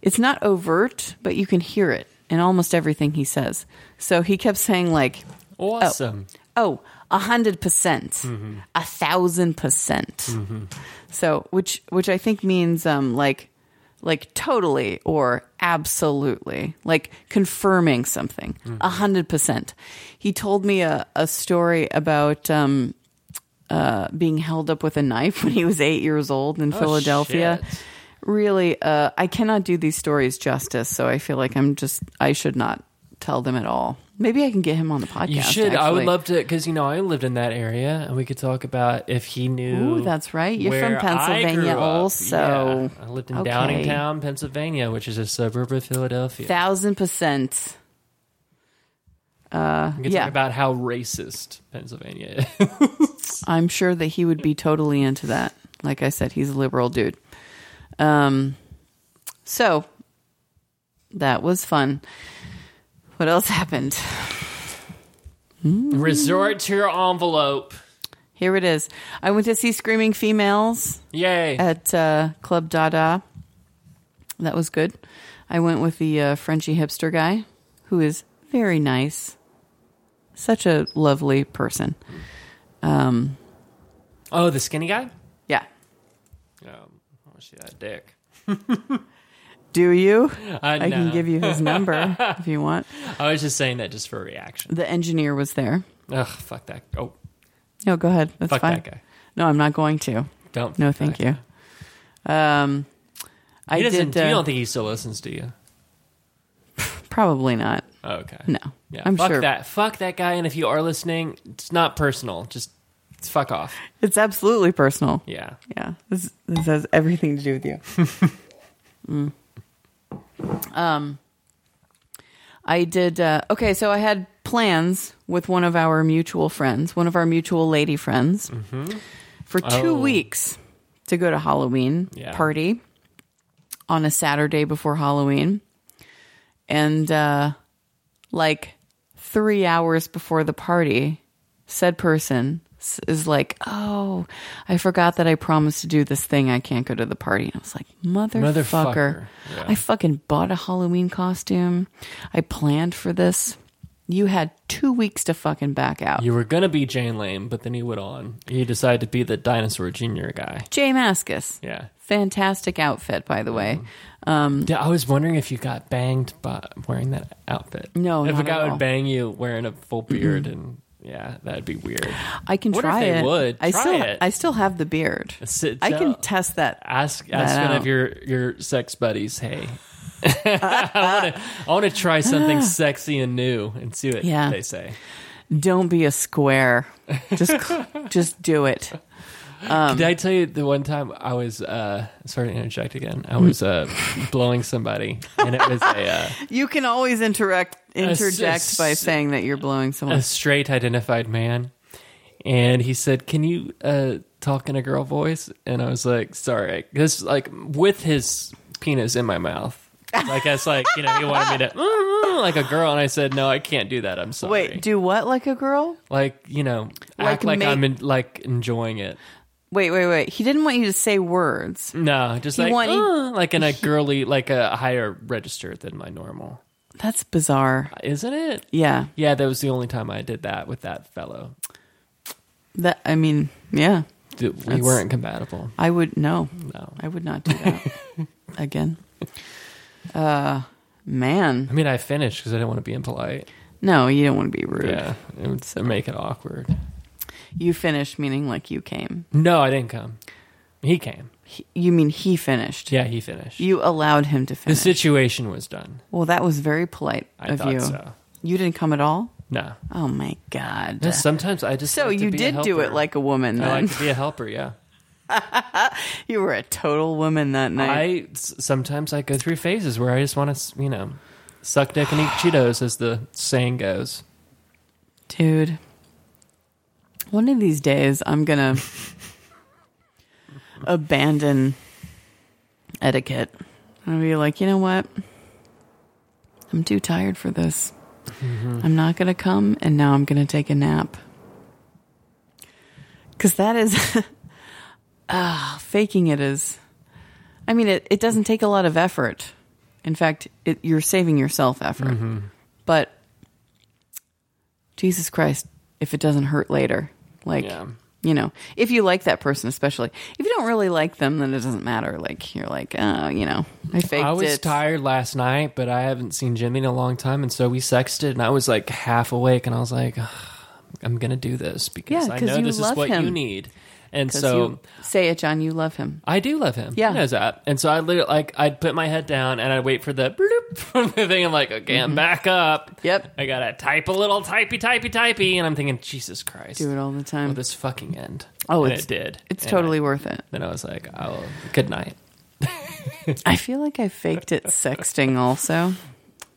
Speaker 1: it's not overt, but you can hear it in almost everything he says. So he kept saying like,
Speaker 2: Awesome.
Speaker 1: oh, a hundred percent, a thousand percent. So which which I think means um like like totally or absolutely, like confirming something, a hundred percent. He told me a, a story about um, uh, being held up with a knife when he was eight years old in Philadelphia.
Speaker 2: Oh, shit.
Speaker 1: Really, uh, I cannot do these stories justice, so I feel like I'm just I should not tell them at all. Maybe I can get him on the podcast.
Speaker 2: You should. I
Speaker 1: actually.
Speaker 2: would love to because you know I lived in that area, and we could talk about if he knew.
Speaker 1: Ooh, that's right. You're from
Speaker 2: where I
Speaker 1: Pennsylvania
Speaker 2: grew up.
Speaker 1: also.
Speaker 2: Yeah. I lived in
Speaker 1: Okay.
Speaker 2: Downingtown, Pennsylvania, which is a suburb of Philadelphia.
Speaker 1: Thousand percent.
Speaker 2: we could
Speaker 1: yeah. Mm-hmm.
Speaker 2: talk about how racist Pennsylvania is.
Speaker 1: I'm sure that he would be totally into that. Like I said, he's a liberal dude. Um, so that was fun. What else happened?
Speaker 2: Resort to your envelope.
Speaker 1: Here it is. I went to see Screaming Females
Speaker 2: Yay.
Speaker 1: at uh, Club Dada. That was good. I went with the uh, Frenchy hipster guy, who is very nice. Such a lovely person. Um,
Speaker 2: oh, the skinny guy?
Speaker 1: yeah.
Speaker 2: Um, I want to see that dick.
Speaker 1: Do you?
Speaker 2: I,
Speaker 1: I can give you his number if you want.
Speaker 2: I was just saying that just for a reaction.
Speaker 1: The engineer was there.
Speaker 2: Ugh, fuck that. Oh,
Speaker 1: No, go ahead. That's
Speaker 2: fuck
Speaker 1: fine.
Speaker 2: that guy.
Speaker 1: No, I'm not going to.
Speaker 2: Don't.
Speaker 1: No,
Speaker 2: fuck
Speaker 1: thank
Speaker 2: that
Speaker 1: you.
Speaker 2: guy.
Speaker 1: Um, I
Speaker 2: He doesn't.
Speaker 1: did. Uh,
Speaker 2: you don't think he still listens, do you?
Speaker 1: probably not.
Speaker 2: Oh, okay.
Speaker 1: No,
Speaker 2: Yeah,
Speaker 1: I'm
Speaker 2: fuck
Speaker 1: sure
Speaker 2: that. Fuck that guy. And if you are listening, it's not personal. Just it's fuck off.
Speaker 1: it's absolutely personal.
Speaker 2: Yeah.
Speaker 1: Yeah, this, this has everything to do with you. Mm. Um, I did. Uh, okay, so I had plans with one of our mutual friends, one of our mutual lady friends, for two
Speaker 2: Mm-hmm. Oh.
Speaker 1: weeks to go to Halloween
Speaker 2: Yeah.
Speaker 1: party on a Saturday before Halloween, and uh, like three hours before the party, said person s- is like, "Oh, I forgot that I promised to do this thing. I can't go to the party." And I was like, "Motherfucker,
Speaker 2: Motherfucker. Yeah.
Speaker 1: I fucking bought a Halloween costume. I planned for this. You had two weeks to fucking back out."
Speaker 2: You were gonna be Jane Lame, but then you went on. You decided to be the dinosaur junior guy.
Speaker 1: Jay Maskus,
Speaker 2: Yeah.
Speaker 1: fantastic outfit, by the way.
Speaker 2: Mm-hmm.
Speaker 1: Um,
Speaker 2: Yeah, I was wondering if you got banged by wearing that outfit.
Speaker 1: No,
Speaker 2: if
Speaker 1: not
Speaker 2: a guy
Speaker 1: at all.
Speaker 2: would bang you wearing a full beard, and yeah, that'd be weird.
Speaker 1: I can
Speaker 2: Wonder if
Speaker 1: try
Speaker 2: they
Speaker 1: it.
Speaker 2: would.
Speaker 1: I
Speaker 2: Try
Speaker 1: still,
Speaker 2: it.
Speaker 1: I still have the beard.
Speaker 2: Sit
Speaker 1: I can
Speaker 2: down.
Speaker 1: test that.
Speaker 2: Ask
Speaker 1: That
Speaker 2: ask one
Speaker 1: out.
Speaker 2: of your your sex buddies. Hey, I want to try something sexy and new and see what
Speaker 1: Yeah.
Speaker 2: they say.
Speaker 1: Don't be a square. Just, just do it. Um,
Speaker 2: Did I tell you the one time I was uh, sorry to interject again? I was uh, blowing somebody, and it was a, uh,
Speaker 1: You can always interact,
Speaker 2: s-
Speaker 1: interject
Speaker 2: s-
Speaker 1: by saying that you're blowing
Speaker 2: a
Speaker 1: someone.
Speaker 2: straight identified man, and he said, "Can you uh, talk in a girl voice?" And I was like, "Sorry," this like with his penis in my mouth. Like I was like, you know, he wanted me to "Mm, mm," like a girl, and I said, "No, I can't do that. I'm sorry."
Speaker 1: Wait, do what like a girl?
Speaker 2: like you know,
Speaker 1: Like
Speaker 2: act like
Speaker 1: make-
Speaker 2: I'm in, like enjoying it.
Speaker 1: Wait, wait, wait. He didn't want you to say words.
Speaker 2: No, just
Speaker 1: He
Speaker 2: like
Speaker 1: wanted-
Speaker 2: "Uh," like in a girly, like a higher register than my normal.
Speaker 1: That's bizarre.
Speaker 2: isn't it?
Speaker 1: Yeah.
Speaker 2: Yeah, that was the only time I did that with that fellow.
Speaker 1: That I mean, yeah.
Speaker 2: Dude, We
Speaker 1: That's-
Speaker 2: weren't compatible.
Speaker 1: I would no.
Speaker 2: No,
Speaker 1: I would not do that again. Uh man.
Speaker 2: I mean I finished because I didn't want to be impolite.
Speaker 1: No, you don't want to be rude.
Speaker 2: Yeah, it would make it awkward.
Speaker 1: You finished meaning like you came.
Speaker 2: No, I didn't come. He came.
Speaker 1: He, you mean he finished.
Speaker 2: Yeah, he finished.
Speaker 1: You allowed him to
Speaker 2: the
Speaker 1: finish.
Speaker 2: situation was done.
Speaker 1: well, that was very polite
Speaker 2: I
Speaker 1: of
Speaker 2: thought
Speaker 1: you.
Speaker 2: so.
Speaker 1: You didn't come at all?
Speaker 2: No,
Speaker 1: Oh my god.
Speaker 2: No, sometimes I just
Speaker 1: so
Speaker 2: like to
Speaker 1: you
Speaker 2: be a
Speaker 1: did do it
Speaker 2: helper.
Speaker 1: like a woman
Speaker 2: I
Speaker 1: then.
Speaker 2: like to be a helper. Yeah,
Speaker 1: you were a total woman that night.
Speaker 2: I s- sometimes I go through phases where I just want to, you know, suck dick and eat Cheetos, as the saying goes.
Speaker 1: Dude, one of these days I'm going to abandon etiquette. I'm going to be like, you know what? I'm too tired for this.
Speaker 2: Mm-hmm.
Speaker 1: I'm not going to come, and now I'm going to take a nap. Because that is. Ah, faking it is. I mean, it, it doesn't take a lot of effort. In fact, it, you're saving yourself effort.
Speaker 2: Mm-hmm.
Speaker 1: But Jesus Christ, if it doesn't hurt later. Like,
Speaker 2: Yeah.
Speaker 1: You know, if you like that person, especially if you don't really like them, then it doesn't matter. Like you're like, oh, you know, I faked
Speaker 2: I was
Speaker 1: it.
Speaker 2: tired last night, but I haven't seen Jimmy in a long time, and so we sexted, and I was like half awake, and I was like, "Ugh, I'm gonna do this because
Speaker 1: Yeah,
Speaker 2: I
Speaker 1: 'cause
Speaker 2: know
Speaker 1: you
Speaker 2: this is
Speaker 1: love
Speaker 2: what you
Speaker 1: him.
Speaker 2: need. And
Speaker 1: 'Cause
Speaker 2: so
Speaker 1: you- say it, John. You love him.
Speaker 2: I do love him.
Speaker 1: Yeah.
Speaker 2: he knows that. And so I literally, like I'd put my head down and I'd wait for the bloop from the thing. I'm like, okay, I'm back up.
Speaker 1: Mm-hmm. Yep.
Speaker 2: I gotta type a little typey typey typey, and I'm thinking, Jesus Christ,
Speaker 1: Do it all the time.
Speaker 2: will this fucking end?
Speaker 1: Oh,
Speaker 2: and
Speaker 1: it's-
Speaker 2: it did.
Speaker 1: it's
Speaker 2: And
Speaker 1: totally
Speaker 2: I-
Speaker 1: worth it.
Speaker 2: Then I was like, oh, good night.
Speaker 1: I feel like I faked it sexting also,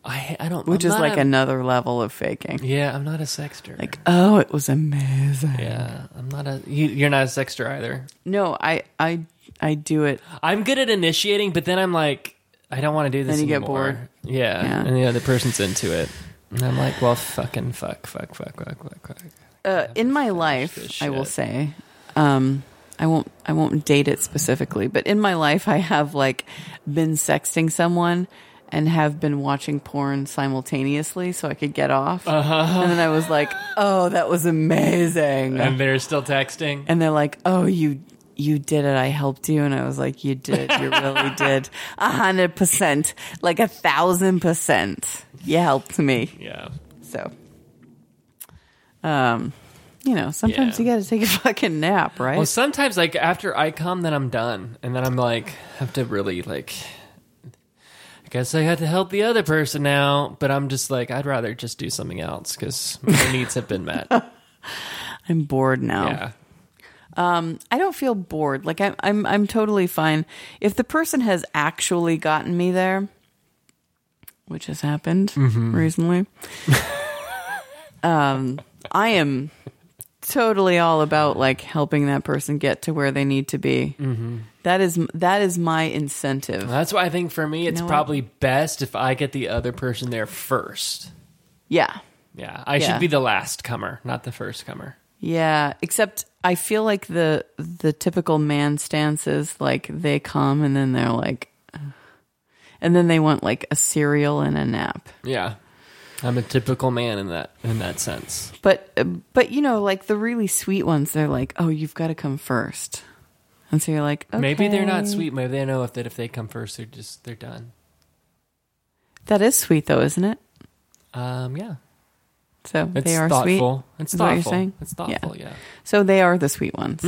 Speaker 2: I I don't.
Speaker 1: which
Speaker 2: I'm
Speaker 1: is
Speaker 2: not
Speaker 1: like
Speaker 2: a-
Speaker 1: another level of faking.
Speaker 2: Yeah, I'm not a sexter.
Speaker 1: Like, oh, it was amazing.
Speaker 2: yeah, I'm not a. You, you're not a sexter either.
Speaker 1: No, I, I, I do it.
Speaker 2: I'm good at initiating, but then I'm like, I don't want to do this.
Speaker 1: Then you get
Speaker 2: anymore.
Speaker 1: bored.
Speaker 2: Yeah.
Speaker 1: Yeah.
Speaker 2: and the other person's into it, and I'm like, well, fucking fuck, fuck, fuck, fuck, fuck, fuck.
Speaker 1: Uh, in my life,
Speaker 2: this
Speaker 1: I will
Speaker 2: shit.
Speaker 1: say, um, I won't, I won't date it specifically, but in my life, I have like been sexting someone and have been watching porn simultaneously so I could get off.
Speaker 2: Uh-huh.
Speaker 1: And then I was like, oh, that was amazing.
Speaker 2: And they're still texting.
Speaker 1: and they're like, "Oh, you you did it. I helped you." And I was like, "You did. You really did. A hundred percent, like a thousand percent. You helped me."
Speaker 2: yeah.
Speaker 1: So, um, you know, sometimes
Speaker 2: Yeah.
Speaker 1: you got to take a fucking nap, right?
Speaker 2: Well, sometimes like after I come, then I'm done, and then I'm like have to really like. I guess I had to help the other person now, but I'm just like I'd rather just do something else because my needs have been met.
Speaker 1: Oh. I'm bored now.
Speaker 2: Yeah.
Speaker 1: I don't feel bored. Like I'm, I'm, I'm totally fine. If the person has actually gotten me there, which has happened
Speaker 2: Mm-hmm.
Speaker 1: recently, um, I am totally all about like helping that person get to where they need to be.
Speaker 2: Mm-hmm.
Speaker 1: That is, that is my incentive.
Speaker 2: That's why I think for me, it's
Speaker 1: know what?
Speaker 2: probably best if I get the other person there first.
Speaker 1: Yeah,
Speaker 2: Yeah, I
Speaker 1: Yeah.
Speaker 2: should be the last comer, not the first comer.
Speaker 1: yeah. Except I feel like the the typical man stance is like they come and then they're like, uh, and then they want like a cereal and a nap.
Speaker 2: Yeah, I'm a typical man in that in that sense.
Speaker 1: But uh, but you know, like the really sweet ones, they're like, "Oh, you've got to come first. and so you're like, okay.
Speaker 2: Maybe they're not sweet. Maybe they know if that if they come first, they're just they're done.
Speaker 1: That is sweet, though, isn't it?
Speaker 2: Um, yeah,
Speaker 1: So
Speaker 2: it's
Speaker 1: they are
Speaker 2: thoughtful.
Speaker 1: sweet.
Speaker 2: It's
Speaker 1: is what
Speaker 2: thoughtful.
Speaker 1: you're saying?
Speaker 2: It's thoughtful. Yeah,
Speaker 1: So they are the sweet ones.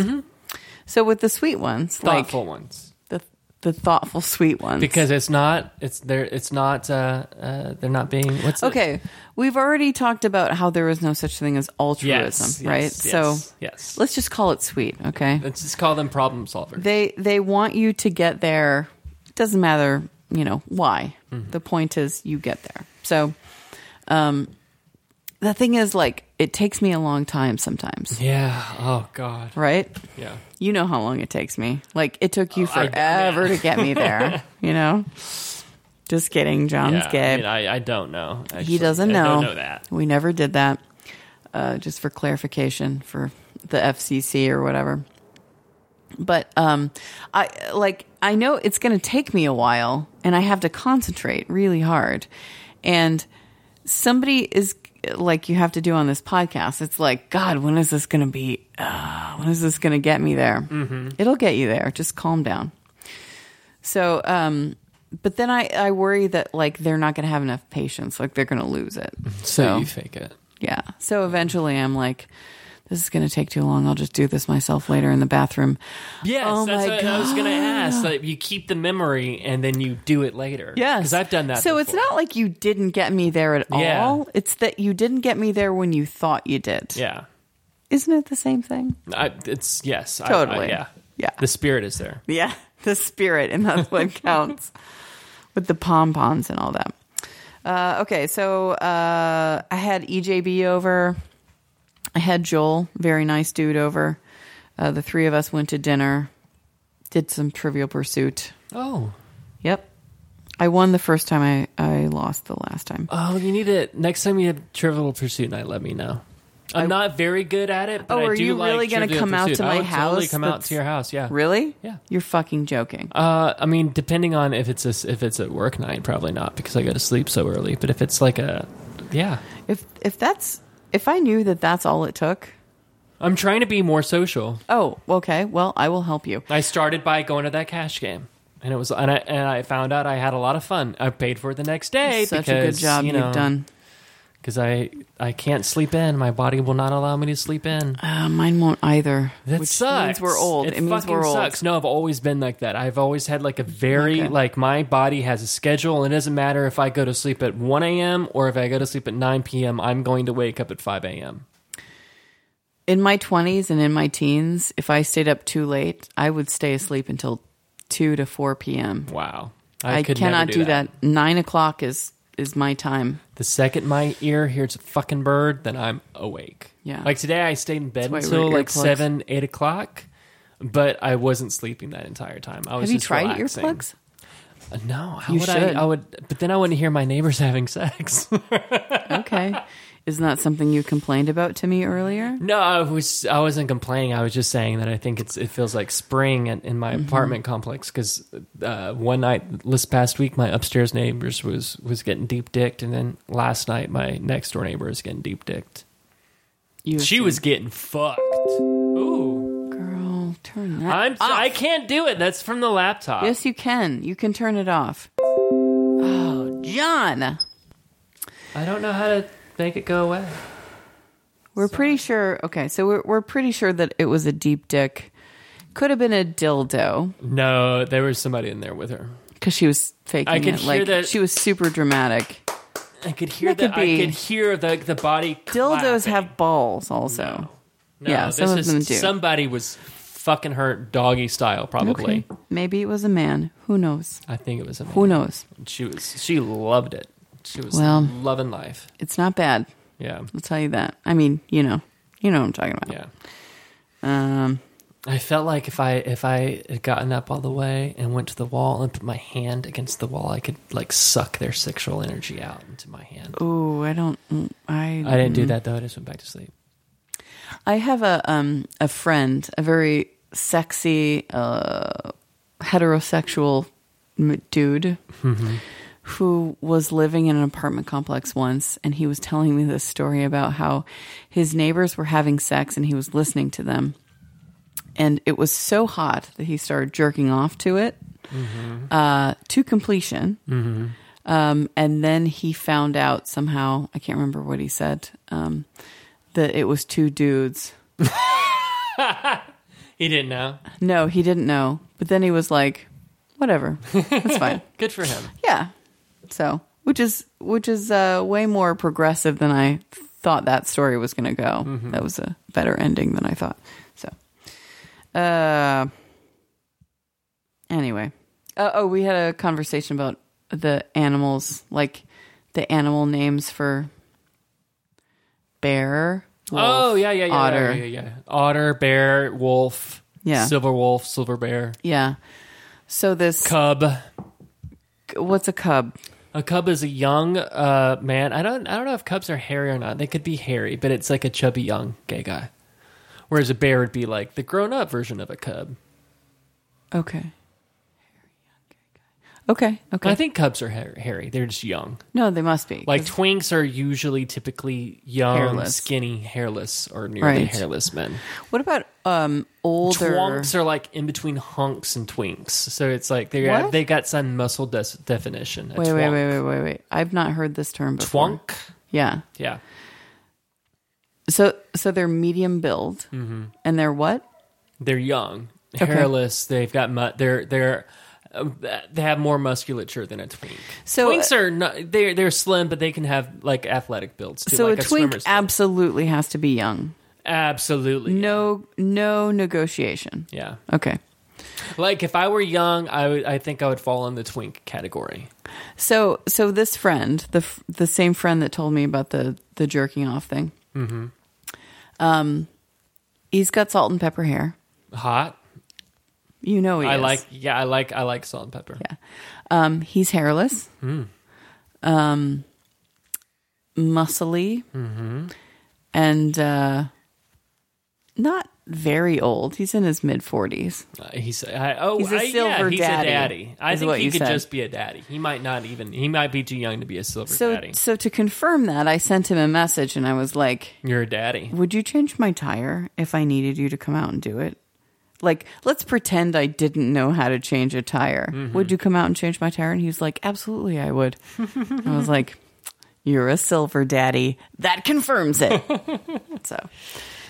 Speaker 1: So with the sweet ones,
Speaker 2: Mm-hmm. thoughtful ones
Speaker 1: like the the thoughtful sweet ones,
Speaker 2: because it's not it's they're it's not uh, uh they're not being what's the-
Speaker 1: okay, we've already talked about how there is no such thing as altruism,
Speaker 2: yes, yes,
Speaker 1: right?
Speaker 2: yes,
Speaker 1: so
Speaker 2: yes,
Speaker 1: let's just call it sweet, okay?
Speaker 2: let's just call them problem solvers.
Speaker 1: they they want you to get there doesn't matter you know why
Speaker 2: Mm-hmm.
Speaker 1: the point is you get there so um the thing is like it takes me a long time sometimes
Speaker 2: yeah. Oh God.
Speaker 1: right
Speaker 2: Yeah.
Speaker 1: you know how long it takes me like it took you
Speaker 2: Oh, I-
Speaker 1: forever to get me there you know just kidding john's
Speaker 2: Yeah,
Speaker 1: gay
Speaker 2: I, mean, I, I don't know. actually.
Speaker 1: he doesn't
Speaker 2: I
Speaker 1: know.
Speaker 2: don't know that.
Speaker 1: We never did that. Uh, just for clarification for the FCC or whatever. But um, I like I know it's going to take me a while, and I have to concentrate really hard. And somebody is like you have to do on this podcast. It's like God, when is this going to be? Uh, when is this going to get me there? It'll get you there. Just calm down. So, um, but then I, I worry that like they're not going to have enough patience, like they're going to lose it.
Speaker 2: So
Speaker 1: So,
Speaker 2: you fake it.
Speaker 1: yeah. So eventually I'm like, this is going to take too long. I'll just do this myself later in the bathroom.
Speaker 2: Yes,
Speaker 1: Oh
Speaker 2: that's uh,
Speaker 1: my
Speaker 2: what I was going to ask. Like you keep the memory and then you do it later.
Speaker 1: Yes.
Speaker 2: because I've done that.
Speaker 1: So it's
Speaker 2: before.
Speaker 1: not like you didn't get me there at
Speaker 2: Yeah.
Speaker 1: all. It's that you didn't get me there when you thought you did.
Speaker 2: Yeah,
Speaker 1: Isn't it the same thing?
Speaker 2: I, it's yes. I- I-
Speaker 1: Totally.
Speaker 2: yeah,
Speaker 1: Yeah.
Speaker 2: The spirit is there.
Speaker 1: Yeah, the spirit, and that's what counts with the pom poms and all that. Uh, okay, so uh, I had EJB over. I had Joel, very nice dude, over. Uh, the three of us went to dinner, did some Trivial Pursuit.
Speaker 2: Oh,
Speaker 1: Yep. I won the first time. I, I lost the last time.
Speaker 2: oh, you need it next time you have Trivial Pursuit night. Let me know. I'm not very good at it. But
Speaker 1: Oh,
Speaker 2: I
Speaker 1: are
Speaker 2: do
Speaker 1: you
Speaker 2: like
Speaker 1: really gonna
Speaker 2: Trivial
Speaker 1: come out to
Speaker 2: Pursuit. I
Speaker 1: my
Speaker 2: would Totally
Speaker 1: house?
Speaker 2: come out
Speaker 1: That's-
Speaker 2: to your house. Yeah.
Speaker 1: Really?
Speaker 2: Yeah.
Speaker 1: You're fucking joking.
Speaker 2: Uh, I mean, depending on if it's a, if it's at work night, probably not because I go to sleep so early. But if it's like a, yeah,
Speaker 1: If if that's if I knew that that's all it took,
Speaker 2: I'm trying to be more social.
Speaker 1: Oh, okay. Well, I will help you.
Speaker 2: I started by going to that cash game. And it was, and I, and I found out I had a lot of fun. I paid for it the next day.
Speaker 1: Such
Speaker 2: because,
Speaker 1: a good job
Speaker 2: you
Speaker 1: you
Speaker 2: know,
Speaker 1: have done.
Speaker 2: Because I, I can't sleep in. My body will not allow me to sleep in.
Speaker 1: Uh, mine won't either.
Speaker 2: That
Speaker 1: which
Speaker 2: sucks.
Speaker 1: means we're old. It, means
Speaker 2: fucking
Speaker 1: we're old.
Speaker 2: sucks. No, I've always been like that. I've always had like a very
Speaker 1: Okay.
Speaker 2: like my body has a schedule, and it doesn't matter if I go to sleep at one a.m. or if I go to sleep at nine p.m. I'm going to wake up at five a.m.
Speaker 1: In my twenties and in my teens, if I stayed up too late, I would stay asleep until two to four p.m.
Speaker 2: Wow,
Speaker 1: I,
Speaker 2: could never
Speaker 1: cannot
Speaker 2: do, that.
Speaker 1: Nine o'clock is is my time.
Speaker 2: The second my ear hears a fucking bird, then I'm awake.
Speaker 1: Yeah.
Speaker 2: like today I stayed in bed
Speaker 1: why we
Speaker 2: until
Speaker 1: wear
Speaker 2: like
Speaker 1: earplugs.
Speaker 2: seven, eight o'clock, but I wasn't sleeping that entire time. I was
Speaker 1: Have you
Speaker 2: just
Speaker 1: tried
Speaker 2: relaxing.
Speaker 1: earplugs?
Speaker 2: Uh, No, how
Speaker 1: You
Speaker 2: would
Speaker 1: should.
Speaker 2: I? I would, but then I wouldn't hear my neighbors having sex.
Speaker 1: Okay, isn't that something you complained about to me earlier?
Speaker 2: No, I was I wasn't complaining. I was just saying that I think it's it feels like spring in, in my apartment complex because uh, one night this past week my upstairs neighbors was was getting deep dicked, and then last night my next door neighbor was getting deep dicked.
Speaker 1: You
Speaker 2: She was getting fucked. Ooh, Ah.
Speaker 1: girl. Turn that.
Speaker 2: I'm
Speaker 1: off.
Speaker 2: I can't do it. That's from the laptop.
Speaker 1: Yes, you can. You can turn it off. Oh, John.
Speaker 2: I don't know how to make it go away.
Speaker 1: We're pretty sure. Okay, so we're we're pretty sure that it was a deep dick. Could have been a dildo
Speaker 2: No, there was somebody in there with her.
Speaker 1: because she was faking
Speaker 2: I could
Speaker 1: it.
Speaker 2: hear
Speaker 1: like
Speaker 2: that-
Speaker 1: she was super dramatic.
Speaker 2: I could hear
Speaker 1: That could
Speaker 2: that.
Speaker 1: be-
Speaker 2: I could hear the the body.
Speaker 1: Dildos
Speaker 2: clapping.
Speaker 1: have balls, also.
Speaker 2: No,
Speaker 1: Yeah,
Speaker 2: this
Speaker 1: some of
Speaker 2: is,
Speaker 1: them do.
Speaker 2: Somebody was fucking hurt doggy style, probably.
Speaker 1: Okay, maybe it was a man. Who knows?
Speaker 2: I think it was a man.
Speaker 1: Who knows?
Speaker 2: She was she loved it. She was
Speaker 1: Well-
Speaker 2: loving life.
Speaker 1: It's not bad.
Speaker 2: Yeah.
Speaker 1: I'll tell you that. I mean, you know, you know what I'm talking about.
Speaker 2: Yeah.
Speaker 1: Um,
Speaker 2: I felt like if I if I had gotten up all the way and went to the wall and put my hand against the wall, I could like suck their sexual energy out into my hand.
Speaker 1: oh, I don't. I
Speaker 2: I didn't do that though. I just went back to sleep.
Speaker 1: I have a um a friend, a very sexy uh heterosexual m- dude who was living in an apartment complex once and he was telling me this story about how his neighbors were having sex and he was listening to them. And it was so hot that he started jerking off to it uh, to completion. Um, and then he found out somehow, I can't remember what he said, um, that it was two dudes.
Speaker 2: He didn't know.
Speaker 1: No, he didn't know. But then he was like, whatever. That's fine.
Speaker 2: Good for him.
Speaker 1: Yeah. So, which is which is uh, way more progressive than I thought that story was going to go.
Speaker 2: Mm-hmm.
Speaker 1: That was a better ending than I thought. So, uh, anyway, uh, oh, we had a conversation about the animals, like the animal names for bear. wolf,
Speaker 2: oh yeah, yeah, yeah,
Speaker 1: otter.
Speaker 2: yeah, yeah, yeah. Otter, bear, wolf,
Speaker 1: Yeah.
Speaker 2: silver wolf, silver bear,
Speaker 1: Yeah. So this
Speaker 2: cub.
Speaker 1: what's a cub?
Speaker 2: A cub is a young uh, man. I don't I don't know if cubs are hairy or not. They could be hairy, but it's like a chubby young gay guy. Whereas a bear would be like the grown up version of a cub.
Speaker 1: Okay. Okay. Okay.
Speaker 2: I think cubs are hair- hairy. They're just young.
Speaker 1: no, they must be.
Speaker 2: Like twinks are usually typically young,
Speaker 1: Hairless.
Speaker 2: skinny, hairless, or nearly
Speaker 1: Right.
Speaker 2: hairless men.
Speaker 1: what about um older?
Speaker 2: Twonks are like in between hunks and twinks. So it's like they
Speaker 1: What?
Speaker 2: they got some muscle des- definition. A
Speaker 1: wait, wait,
Speaker 2: twonk.
Speaker 1: wait, wait, wait, wait. I've not heard this term before.
Speaker 2: Twonk.
Speaker 1: Yeah.
Speaker 2: Yeah.
Speaker 1: So, so they're medium build,
Speaker 2: Mm-hmm.
Speaker 1: and they're what?
Speaker 2: They're young, hairless. They've got mu- they're they're uh, they have more musculature than a twink.
Speaker 1: So- uh,
Speaker 2: Twinks are not, they're they're slim, but they can have like athletic builds. Too,
Speaker 1: so
Speaker 2: like
Speaker 1: a twink
Speaker 2: swimmer's build.
Speaker 1: absolutely has to be young.
Speaker 2: absolutely
Speaker 1: No, no negotiation.
Speaker 2: yeah.
Speaker 1: Okay.
Speaker 2: Like if I were young, I would I think I would fall in the twink category.
Speaker 1: So, so this friend, the f- the same friend that told me about the the jerking off thing, mm-hmm. um, he's got salt and pepper hair.
Speaker 2: Hot.
Speaker 1: You know he
Speaker 2: I
Speaker 1: is.
Speaker 2: like yeah. I like I like salt and pepper.
Speaker 1: Yeah. Um, he's hairless. Um, muscly. And uh, not very old. He's in his mid 40s.
Speaker 2: Uh, he's I, oh
Speaker 1: He's a
Speaker 2: I- yeah,
Speaker 1: silver
Speaker 2: he's
Speaker 1: daddy,
Speaker 2: a daddy. I
Speaker 1: is
Speaker 2: think
Speaker 1: what
Speaker 2: he
Speaker 1: you
Speaker 2: could
Speaker 1: said.
Speaker 2: just be a daddy. He might not even. He might be too young to be a silver
Speaker 1: So,
Speaker 2: daddy.
Speaker 1: so to confirm that, I sent him a message and I was like,
Speaker 2: You're a daddy.
Speaker 1: Would you change my tire if I needed you to come out and do it? Like, let's pretend I didn't know how to change a tire.
Speaker 2: Mm-hmm.
Speaker 1: Would you come out and change my tire? And he's like, Absolutely, I would. I was like, You're a silver daddy. That confirms it. so,
Speaker 2: A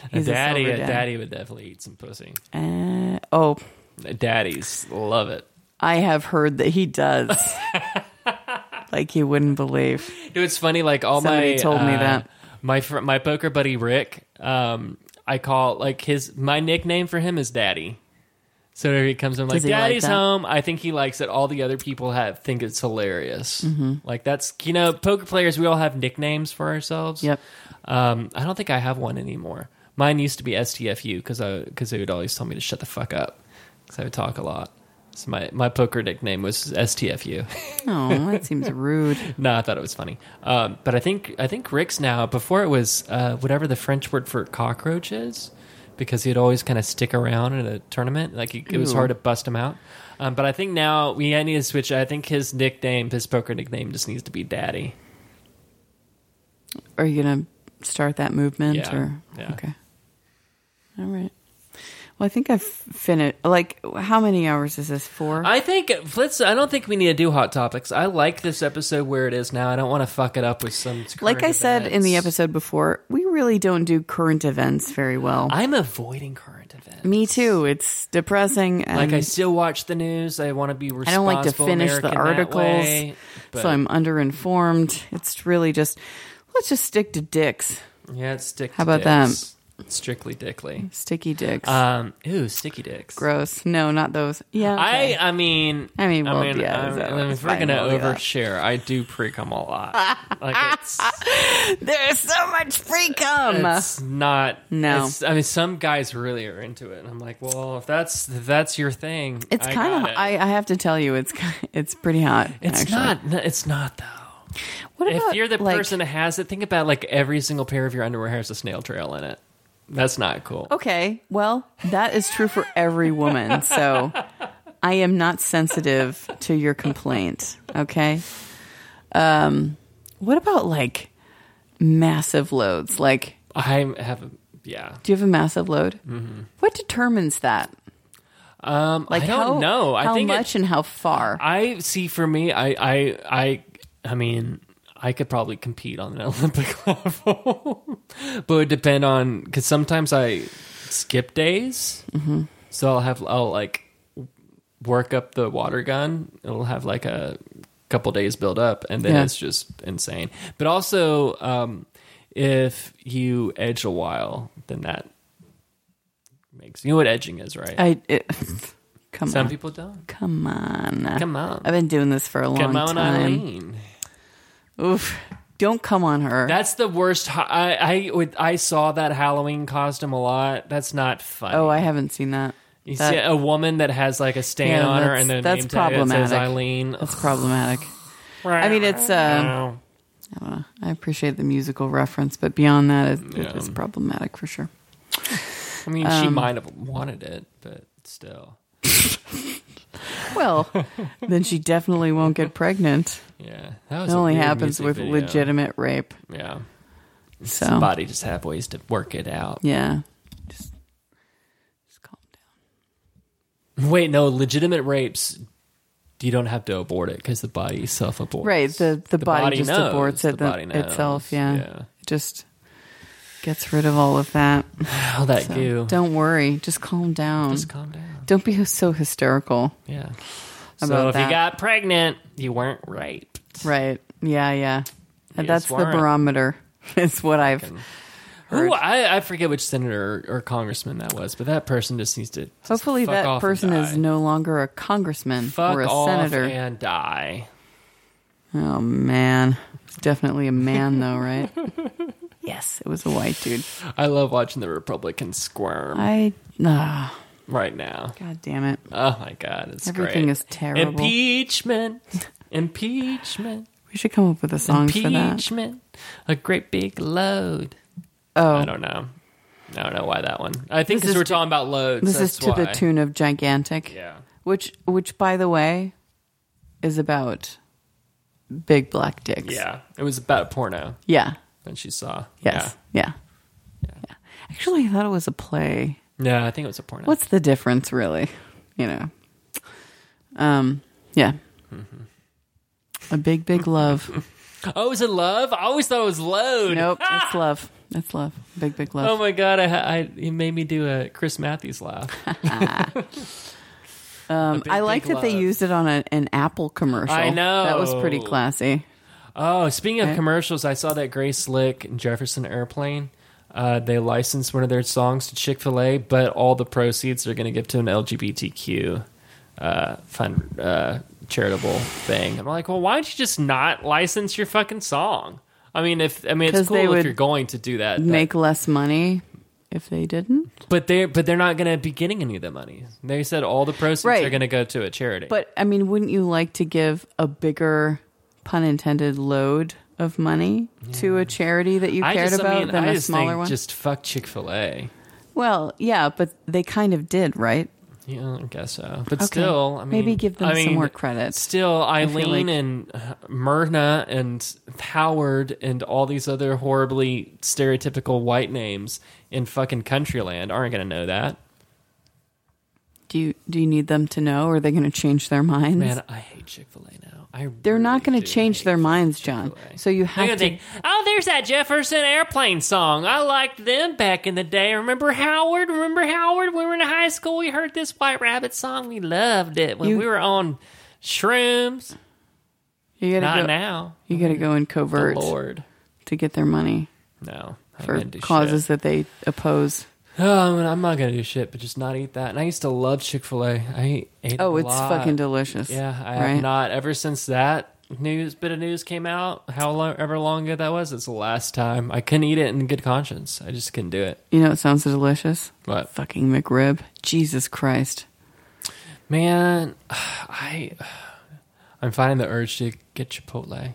Speaker 1: he's
Speaker 2: daddy. A
Speaker 1: silver
Speaker 2: daddy would definitely eat some pussy.
Speaker 1: Uh, oh,
Speaker 2: Daddies love it.
Speaker 1: I have heard that he does. like, you wouldn't believe.
Speaker 2: Dude, it's funny. Like all
Speaker 1: Somebody
Speaker 2: my
Speaker 1: told me
Speaker 2: uh,
Speaker 1: that.
Speaker 2: my fr- my poker buddy Rick. Um, I call like his my nickname for him is Daddy. So whenever he comes, in, I'm like,
Speaker 1: Does he like
Speaker 2: "Daddy's
Speaker 1: that?
Speaker 2: home." I think he likes it. All the other people have think it's hilarious.
Speaker 1: Mm-hmm.
Speaker 2: Like that's you know, poker players. We all have nicknames for ourselves.
Speaker 1: Yep.
Speaker 2: Um, I don't think I have one anymore. Mine used to be STFU because I because they would always tell me to shut the fuck up because I would talk a lot. So my my poker nickname was STFU.
Speaker 1: Oh, that seems rude.
Speaker 2: No, I thought it was funny. Um, but I think I think Rick's now. Before it was uh, whatever the French word for cockroach is, because he'd always kind of stick around in a tournament. Like it, it was
Speaker 1: Ooh.
Speaker 2: hard to bust him out. Um, but I think now we I need to switch. I think his nickname, his poker nickname, just needs to be Daddy.
Speaker 1: Are you gonna start that movement
Speaker 2: Yeah,
Speaker 1: or
Speaker 2: yeah.
Speaker 1: okay? All right. Well, I think I've finished. Like, how many hours is this for?
Speaker 2: I think let's. I don't think we need to do hot topics. I like this episode where it is now. I don't want to fuck it up with some.
Speaker 1: like I
Speaker 2: current
Speaker 1: said in the
Speaker 2: events.
Speaker 1: episode before, we really don't do current events very well.
Speaker 2: I'm avoiding current events.
Speaker 1: Me too. It's depressing. And
Speaker 2: Like I still watch the news. I want to be
Speaker 1: I
Speaker 2: responsible.
Speaker 1: don't like to finish the
Speaker 2: American that
Speaker 1: articles,
Speaker 2: way, but-
Speaker 1: so I'm underinformed. It's really just let's just stick to dicks,
Speaker 2: Yeah, it's stick.
Speaker 1: How about that?
Speaker 2: that? Strictly dickly.
Speaker 1: sticky dicks.
Speaker 2: Um, ooh, sticky dicks.
Speaker 1: Gross. No, not those. Yeah. okay.
Speaker 2: I I mean
Speaker 1: I mean, well,
Speaker 2: I mean,
Speaker 1: yeah,
Speaker 2: I mean,
Speaker 1: so it's
Speaker 2: if we're
Speaker 1: fine,
Speaker 2: gonna
Speaker 1: we'll do that.
Speaker 2: overshare, I do pre cum a lot. like it's,
Speaker 1: There's so much free cum.
Speaker 2: it's not.
Speaker 1: No.
Speaker 2: it's- I mean some guys really are into it, and I'm like, well, if that's if that's your thing,
Speaker 1: It's
Speaker 2: I
Speaker 1: kind of.
Speaker 2: got it.
Speaker 1: I, I have to tell you, it's ki- it's pretty hot.
Speaker 2: It's
Speaker 1: actually.
Speaker 2: not. no, It's not though.
Speaker 1: What
Speaker 2: If
Speaker 1: about,
Speaker 2: you're the
Speaker 1: like-
Speaker 2: person that has it, think about like every single pair of your underwear has a snail trail in it. That's not cool.
Speaker 1: Okay, well, that is true for every woman. So I am not sensitive to your complaint. Okay. Um, what about like massive loads? Like,
Speaker 2: I have. a- Yeah.
Speaker 1: do you have a massive load? What determines that?
Speaker 2: Um,
Speaker 1: Like,
Speaker 2: Mm-hmm. I don't
Speaker 1: how,
Speaker 2: know. I
Speaker 1: how
Speaker 2: think it-
Speaker 1: much and how far?
Speaker 2: I see. For me, I, I, I, I mean, I could probably compete on an Olympic level, but it would depend on because sometimes I skip days,
Speaker 1: Mm-hmm.
Speaker 2: so I'll have I'll like work up the water gun. It'll have like a couple days build up, and then
Speaker 1: Yeah.
Speaker 2: it's just insane. But also, um, if you edge a while, then that makes you know what edging is, right?
Speaker 1: I, it, come
Speaker 2: Some
Speaker 1: on,
Speaker 2: people don't.
Speaker 1: come on,
Speaker 2: Come on.
Speaker 1: I've been doing this for a long
Speaker 2: Come on,
Speaker 1: time.
Speaker 2: Eileen.
Speaker 1: Oof. Don't come on her.
Speaker 2: That's the worst. ho- I I, would, I saw that Halloween costume a lot. That's not funny.
Speaker 1: oh, I haven't seen that.
Speaker 2: you
Speaker 1: that-
Speaker 2: see a woman that has like a stain
Speaker 1: Yeah,
Speaker 2: on her
Speaker 1: that's-
Speaker 2: and then
Speaker 1: that's
Speaker 2: name tag that says
Speaker 1: problematic.
Speaker 2: Eileen.
Speaker 1: That's problematic. I mean, it's. Uh,
Speaker 2: Wow.
Speaker 1: I don't know. I appreciate the musical reference, but beyond that, it, it
Speaker 2: Yeah.
Speaker 1: is problematic for sure.
Speaker 2: I mean, she
Speaker 1: um,
Speaker 2: might have wanted it, but still,
Speaker 1: Well, then she definitely won't get pregnant.
Speaker 2: yeah. That was
Speaker 1: It
Speaker 2: a
Speaker 1: only
Speaker 2: weird
Speaker 1: happens
Speaker 2: music
Speaker 1: with
Speaker 2: video.
Speaker 1: legitimate rape.
Speaker 2: Yeah,
Speaker 1: So
Speaker 2: body just have ways to work it out.
Speaker 1: yeah, just just calm down.
Speaker 2: Wait, no, legitimate rapes. You don't have to abort it because the body self aborts.
Speaker 1: Right. The the, body, just
Speaker 2: knows.
Speaker 1: aborts it
Speaker 2: The body knows.
Speaker 1: itself. Yeah.
Speaker 2: yeah.
Speaker 1: It just gets rid of all of that.
Speaker 2: All that
Speaker 1: So
Speaker 2: goo.
Speaker 1: don't worry. Just calm down.
Speaker 2: Just calm down.
Speaker 1: don't be so hysterical.
Speaker 2: Yeah. so
Speaker 1: About
Speaker 2: if
Speaker 1: that.
Speaker 2: you got pregnant, you weren't raped.
Speaker 1: Right. Yeah, yeah.
Speaker 2: Yes,
Speaker 1: That's the
Speaker 2: Warren.
Speaker 1: barometer, is what I've.
Speaker 2: Who I, I forget which senator or, or congressman that was, but that person just needs to just
Speaker 1: Hopefully,
Speaker 2: fuck
Speaker 1: that
Speaker 2: off
Speaker 1: person
Speaker 2: and
Speaker 1: is
Speaker 2: die.
Speaker 1: no longer a congressman
Speaker 2: fuck
Speaker 1: or a
Speaker 2: off
Speaker 1: senator.
Speaker 2: and die.
Speaker 1: oh, man. It's definitely a man, though, right? yes, it was a white dude.
Speaker 2: I love watching the Republicans squirm
Speaker 1: I. ah,
Speaker 2: right now.
Speaker 1: God damn it.
Speaker 2: Oh my god, it's
Speaker 1: Everything
Speaker 2: great.
Speaker 1: is terrible.
Speaker 2: Impeachment, impeachment,
Speaker 1: We should come up with a song for that.
Speaker 2: impeachment. A great big load. I
Speaker 1: Oh,
Speaker 2: don't know. I don't know why that one. I
Speaker 1: This
Speaker 2: think because
Speaker 1: is
Speaker 2: we're
Speaker 1: to-
Speaker 2: talking about loads.
Speaker 1: This is
Speaker 2: that's
Speaker 1: to the
Speaker 2: why.
Speaker 1: tune of Gigantic.
Speaker 2: Yeah.
Speaker 1: Which, which, by the way, is about big black dicks.
Speaker 2: Yeah. It was about a porno
Speaker 1: Yeah.
Speaker 2: that she saw.
Speaker 1: Yes. Yeah. Yeah. Actually, I thought it was a play.
Speaker 2: Yeah. Yeah, I think it was a porno.
Speaker 1: What's the difference, really? You know. Um. Yeah. A big, big love.
Speaker 2: Oh, is it love? I always thought it was load.
Speaker 1: nope. It's love. It's love. Big, big love.
Speaker 2: Oh my god! I, ha- I it made me do a Chris Matthews laugh.
Speaker 1: Um,
Speaker 2: big,
Speaker 1: I like
Speaker 2: big
Speaker 1: that they
Speaker 2: love.
Speaker 1: used it on a, an Apple commercial.
Speaker 2: I know.
Speaker 1: that was pretty classy.
Speaker 2: Oh, speaking
Speaker 1: Eh.
Speaker 2: of commercials, I saw that Grace Slick and Jefferson Airplane. Uh, they licensed one of their songs to Chick Fil A, but all the proceeds are going to give to an LGBTQ uh, fund uh, charitable thing. I'm like, well, why don't you just not license your fucking song? I mean, if I mean, it's
Speaker 1: 'Cause they
Speaker 2: cool if
Speaker 1: would
Speaker 2: you're going to do that,
Speaker 1: Make less money if they didn't.
Speaker 2: but they but they're not going to be getting any of the money. They said all the proceeds
Speaker 1: Right.
Speaker 2: are going to go to a charity.
Speaker 1: But I mean, wouldn't you like to give a bigger, pun intended, load of money to a charity that you
Speaker 2: I
Speaker 1: cared
Speaker 2: just,
Speaker 1: about
Speaker 2: I mean,
Speaker 1: than
Speaker 2: I
Speaker 1: a
Speaker 2: just
Speaker 1: smaller
Speaker 2: think
Speaker 1: one?
Speaker 2: just fuck Chick Fil A.
Speaker 1: Well, yeah, but they kind of did, right?
Speaker 2: Yeah, I guess so. But
Speaker 1: Okay.
Speaker 2: still, I mean,
Speaker 1: Maybe give them
Speaker 2: I
Speaker 1: some
Speaker 2: mean,
Speaker 1: more credit.
Speaker 2: Still,
Speaker 1: feel
Speaker 2: Eileen
Speaker 1: like-
Speaker 2: and uh, Myrna and Howard and all these other horribly stereotypical white names in fucking Countryland aren't going to know that.
Speaker 1: Do you do you need them to know? Or are they going to change their minds?
Speaker 2: Man, I hate Chick Fil A now. I
Speaker 1: They're not
Speaker 2: really
Speaker 1: going
Speaker 2: do
Speaker 1: to change
Speaker 2: hate
Speaker 1: their minds, John.
Speaker 2: Chick-fil-A.
Speaker 1: So you
Speaker 2: They're
Speaker 1: have
Speaker 2: gonna
Speaker 1: to.
Speaker 2: think, oh, there's that Jefferson Airplane song. I liked them back in the day. Remember Howard? Remember Howard? When we were in high school, we heard this White Rabbit song. We loved it when
Speaker 1: You-
Speaker 2: we were on shrooms.
Speaker 1: you got
Speaker 2: Not
Speaker 1: to go.
Speaker 2: now.
Speaker 1: You got to go in
Speaker 2: The
Speaker 1: covert
Speaker 2: Lord.
Speaker 1: to get their money
Speaker 2: No. I ain't
Speaker 1: for
Speaker 2: gonna do
Speaker 1: causes
Speaker 2: shit.
Speaker 1: that they oppose.
Speaker 2: Oh, I'm, I'm not gonna do shit, but just not eat that. And I used to love Chick Fil A. I ate.
Speaker 1: Oh,
Speaker 2: a
Speaker 1: it's
Speaker 2: lot.
Speaker 1: fucking delicious.
Speaker 2: Yeah, I
Speaker 1: right?
Speaker 2: have not. Ever since that news bit of news came out, how long, ever long ago that was, it's the last time I couldn't eat it in good conscience. I just couldn't do it.
Speaker 1: You know, it sounds delicious.
Speaker 2: But
Speaker 1: Fucking McRib. Jesus Christ.
Speaker 2: man, I I'm finding the urge to get Chipotle.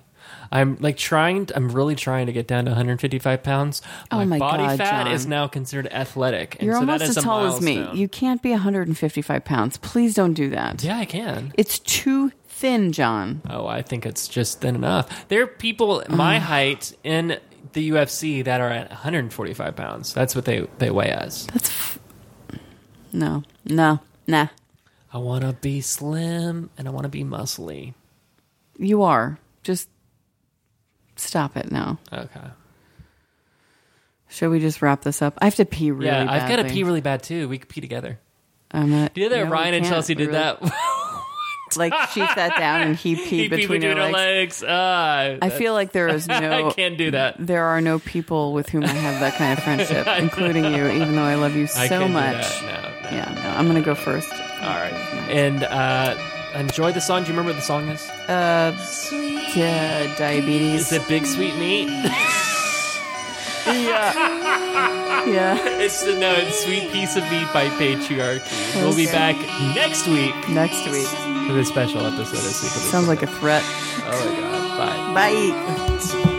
Speaker 2: I'm like trying. I'm really trying to get down to 155 pounds.
Speaker 1: Oh my
Speaker 2: body
Speaker 1: God,
Speaker 2: fat
Speaker 1: John.
Speaker 2: is now considered athletic. And
Speaker 1: You're
Speaker 2: so
Speaker 1: almost
Speaker 2: that
Speaker 1: as
Speaker 2: is a
Speaker 1: tall as me.
Speaker 2: milestone.
Speaker 1: You can't be 155 pounds. Please don't do that.
Speaker 2: Yeah, I can.
Speaker 1: It's too thin, John.
Speaker 2: Oh, I think it's just thin enough. There are people my
Speaker 1: Mm.
Speaker 2: height in the UFC that are at 145 pounds. That's what they, they weigh as.
Speaker 1: That's. F- no. No. Nah.
Speaker 2: I want to be slim and I want to be muscly.
Speaker 1: You are. Just stop it now.
Speaker 2: Okay.
Speaker 1: Should we just wrap this up? I have to pee really
Speaker 2: yeah, I've got to
Speaker 1: badly.
Speaker 2: pee really bad too. We could pee together.
Speaker 1: I'm not,
Speaker 2: The other
Speaker 1: No, we
Speaker 2: Ryan and
Speaker 1: can't.
Speaker 2: Chelsea
Speaker 1: We
Speaker 2: did
Speaker 1: really-
Speaker 2: that.
Speaker 1: Like she sat down and he peed
Speaker 2: He peed
Speaker 1: between her legs.
Speaker 2: legs. Ah,
Speaker 1: I feel like there is no.
Speaker 2: I can't do that.
Speaker 1: There are no people with whom I have that kind of friendship, including you, even though I love you
Speaker 2: I
Speaker 1: so
Speaker 2: can't do
Speaker 1: much.
Speaker 2: that. No, no.
Speaker 1: Yeah, no, I'm going to go first.
Speaker 2: All right. And uh, enjoy the song. Do you remember what the song is?
Speaker 1: Uh, yeah, diabetes.
Speaker 2: Is it Big Sweet Meat?
Speaker 1: yeah. yeah.
Speaker 2: It's the no, it's Sweet Piece of Meat by Patriarchy. We'll be
Speaker 1: Okay.
Speaker 2: back next week
Speaker 1: Next week.
Speaker 2: for this special episode of Secret.
Speaker 1: Sounds like a threat.
Speaker 2: Oh my god. Bye.
Speaker 1: Bye.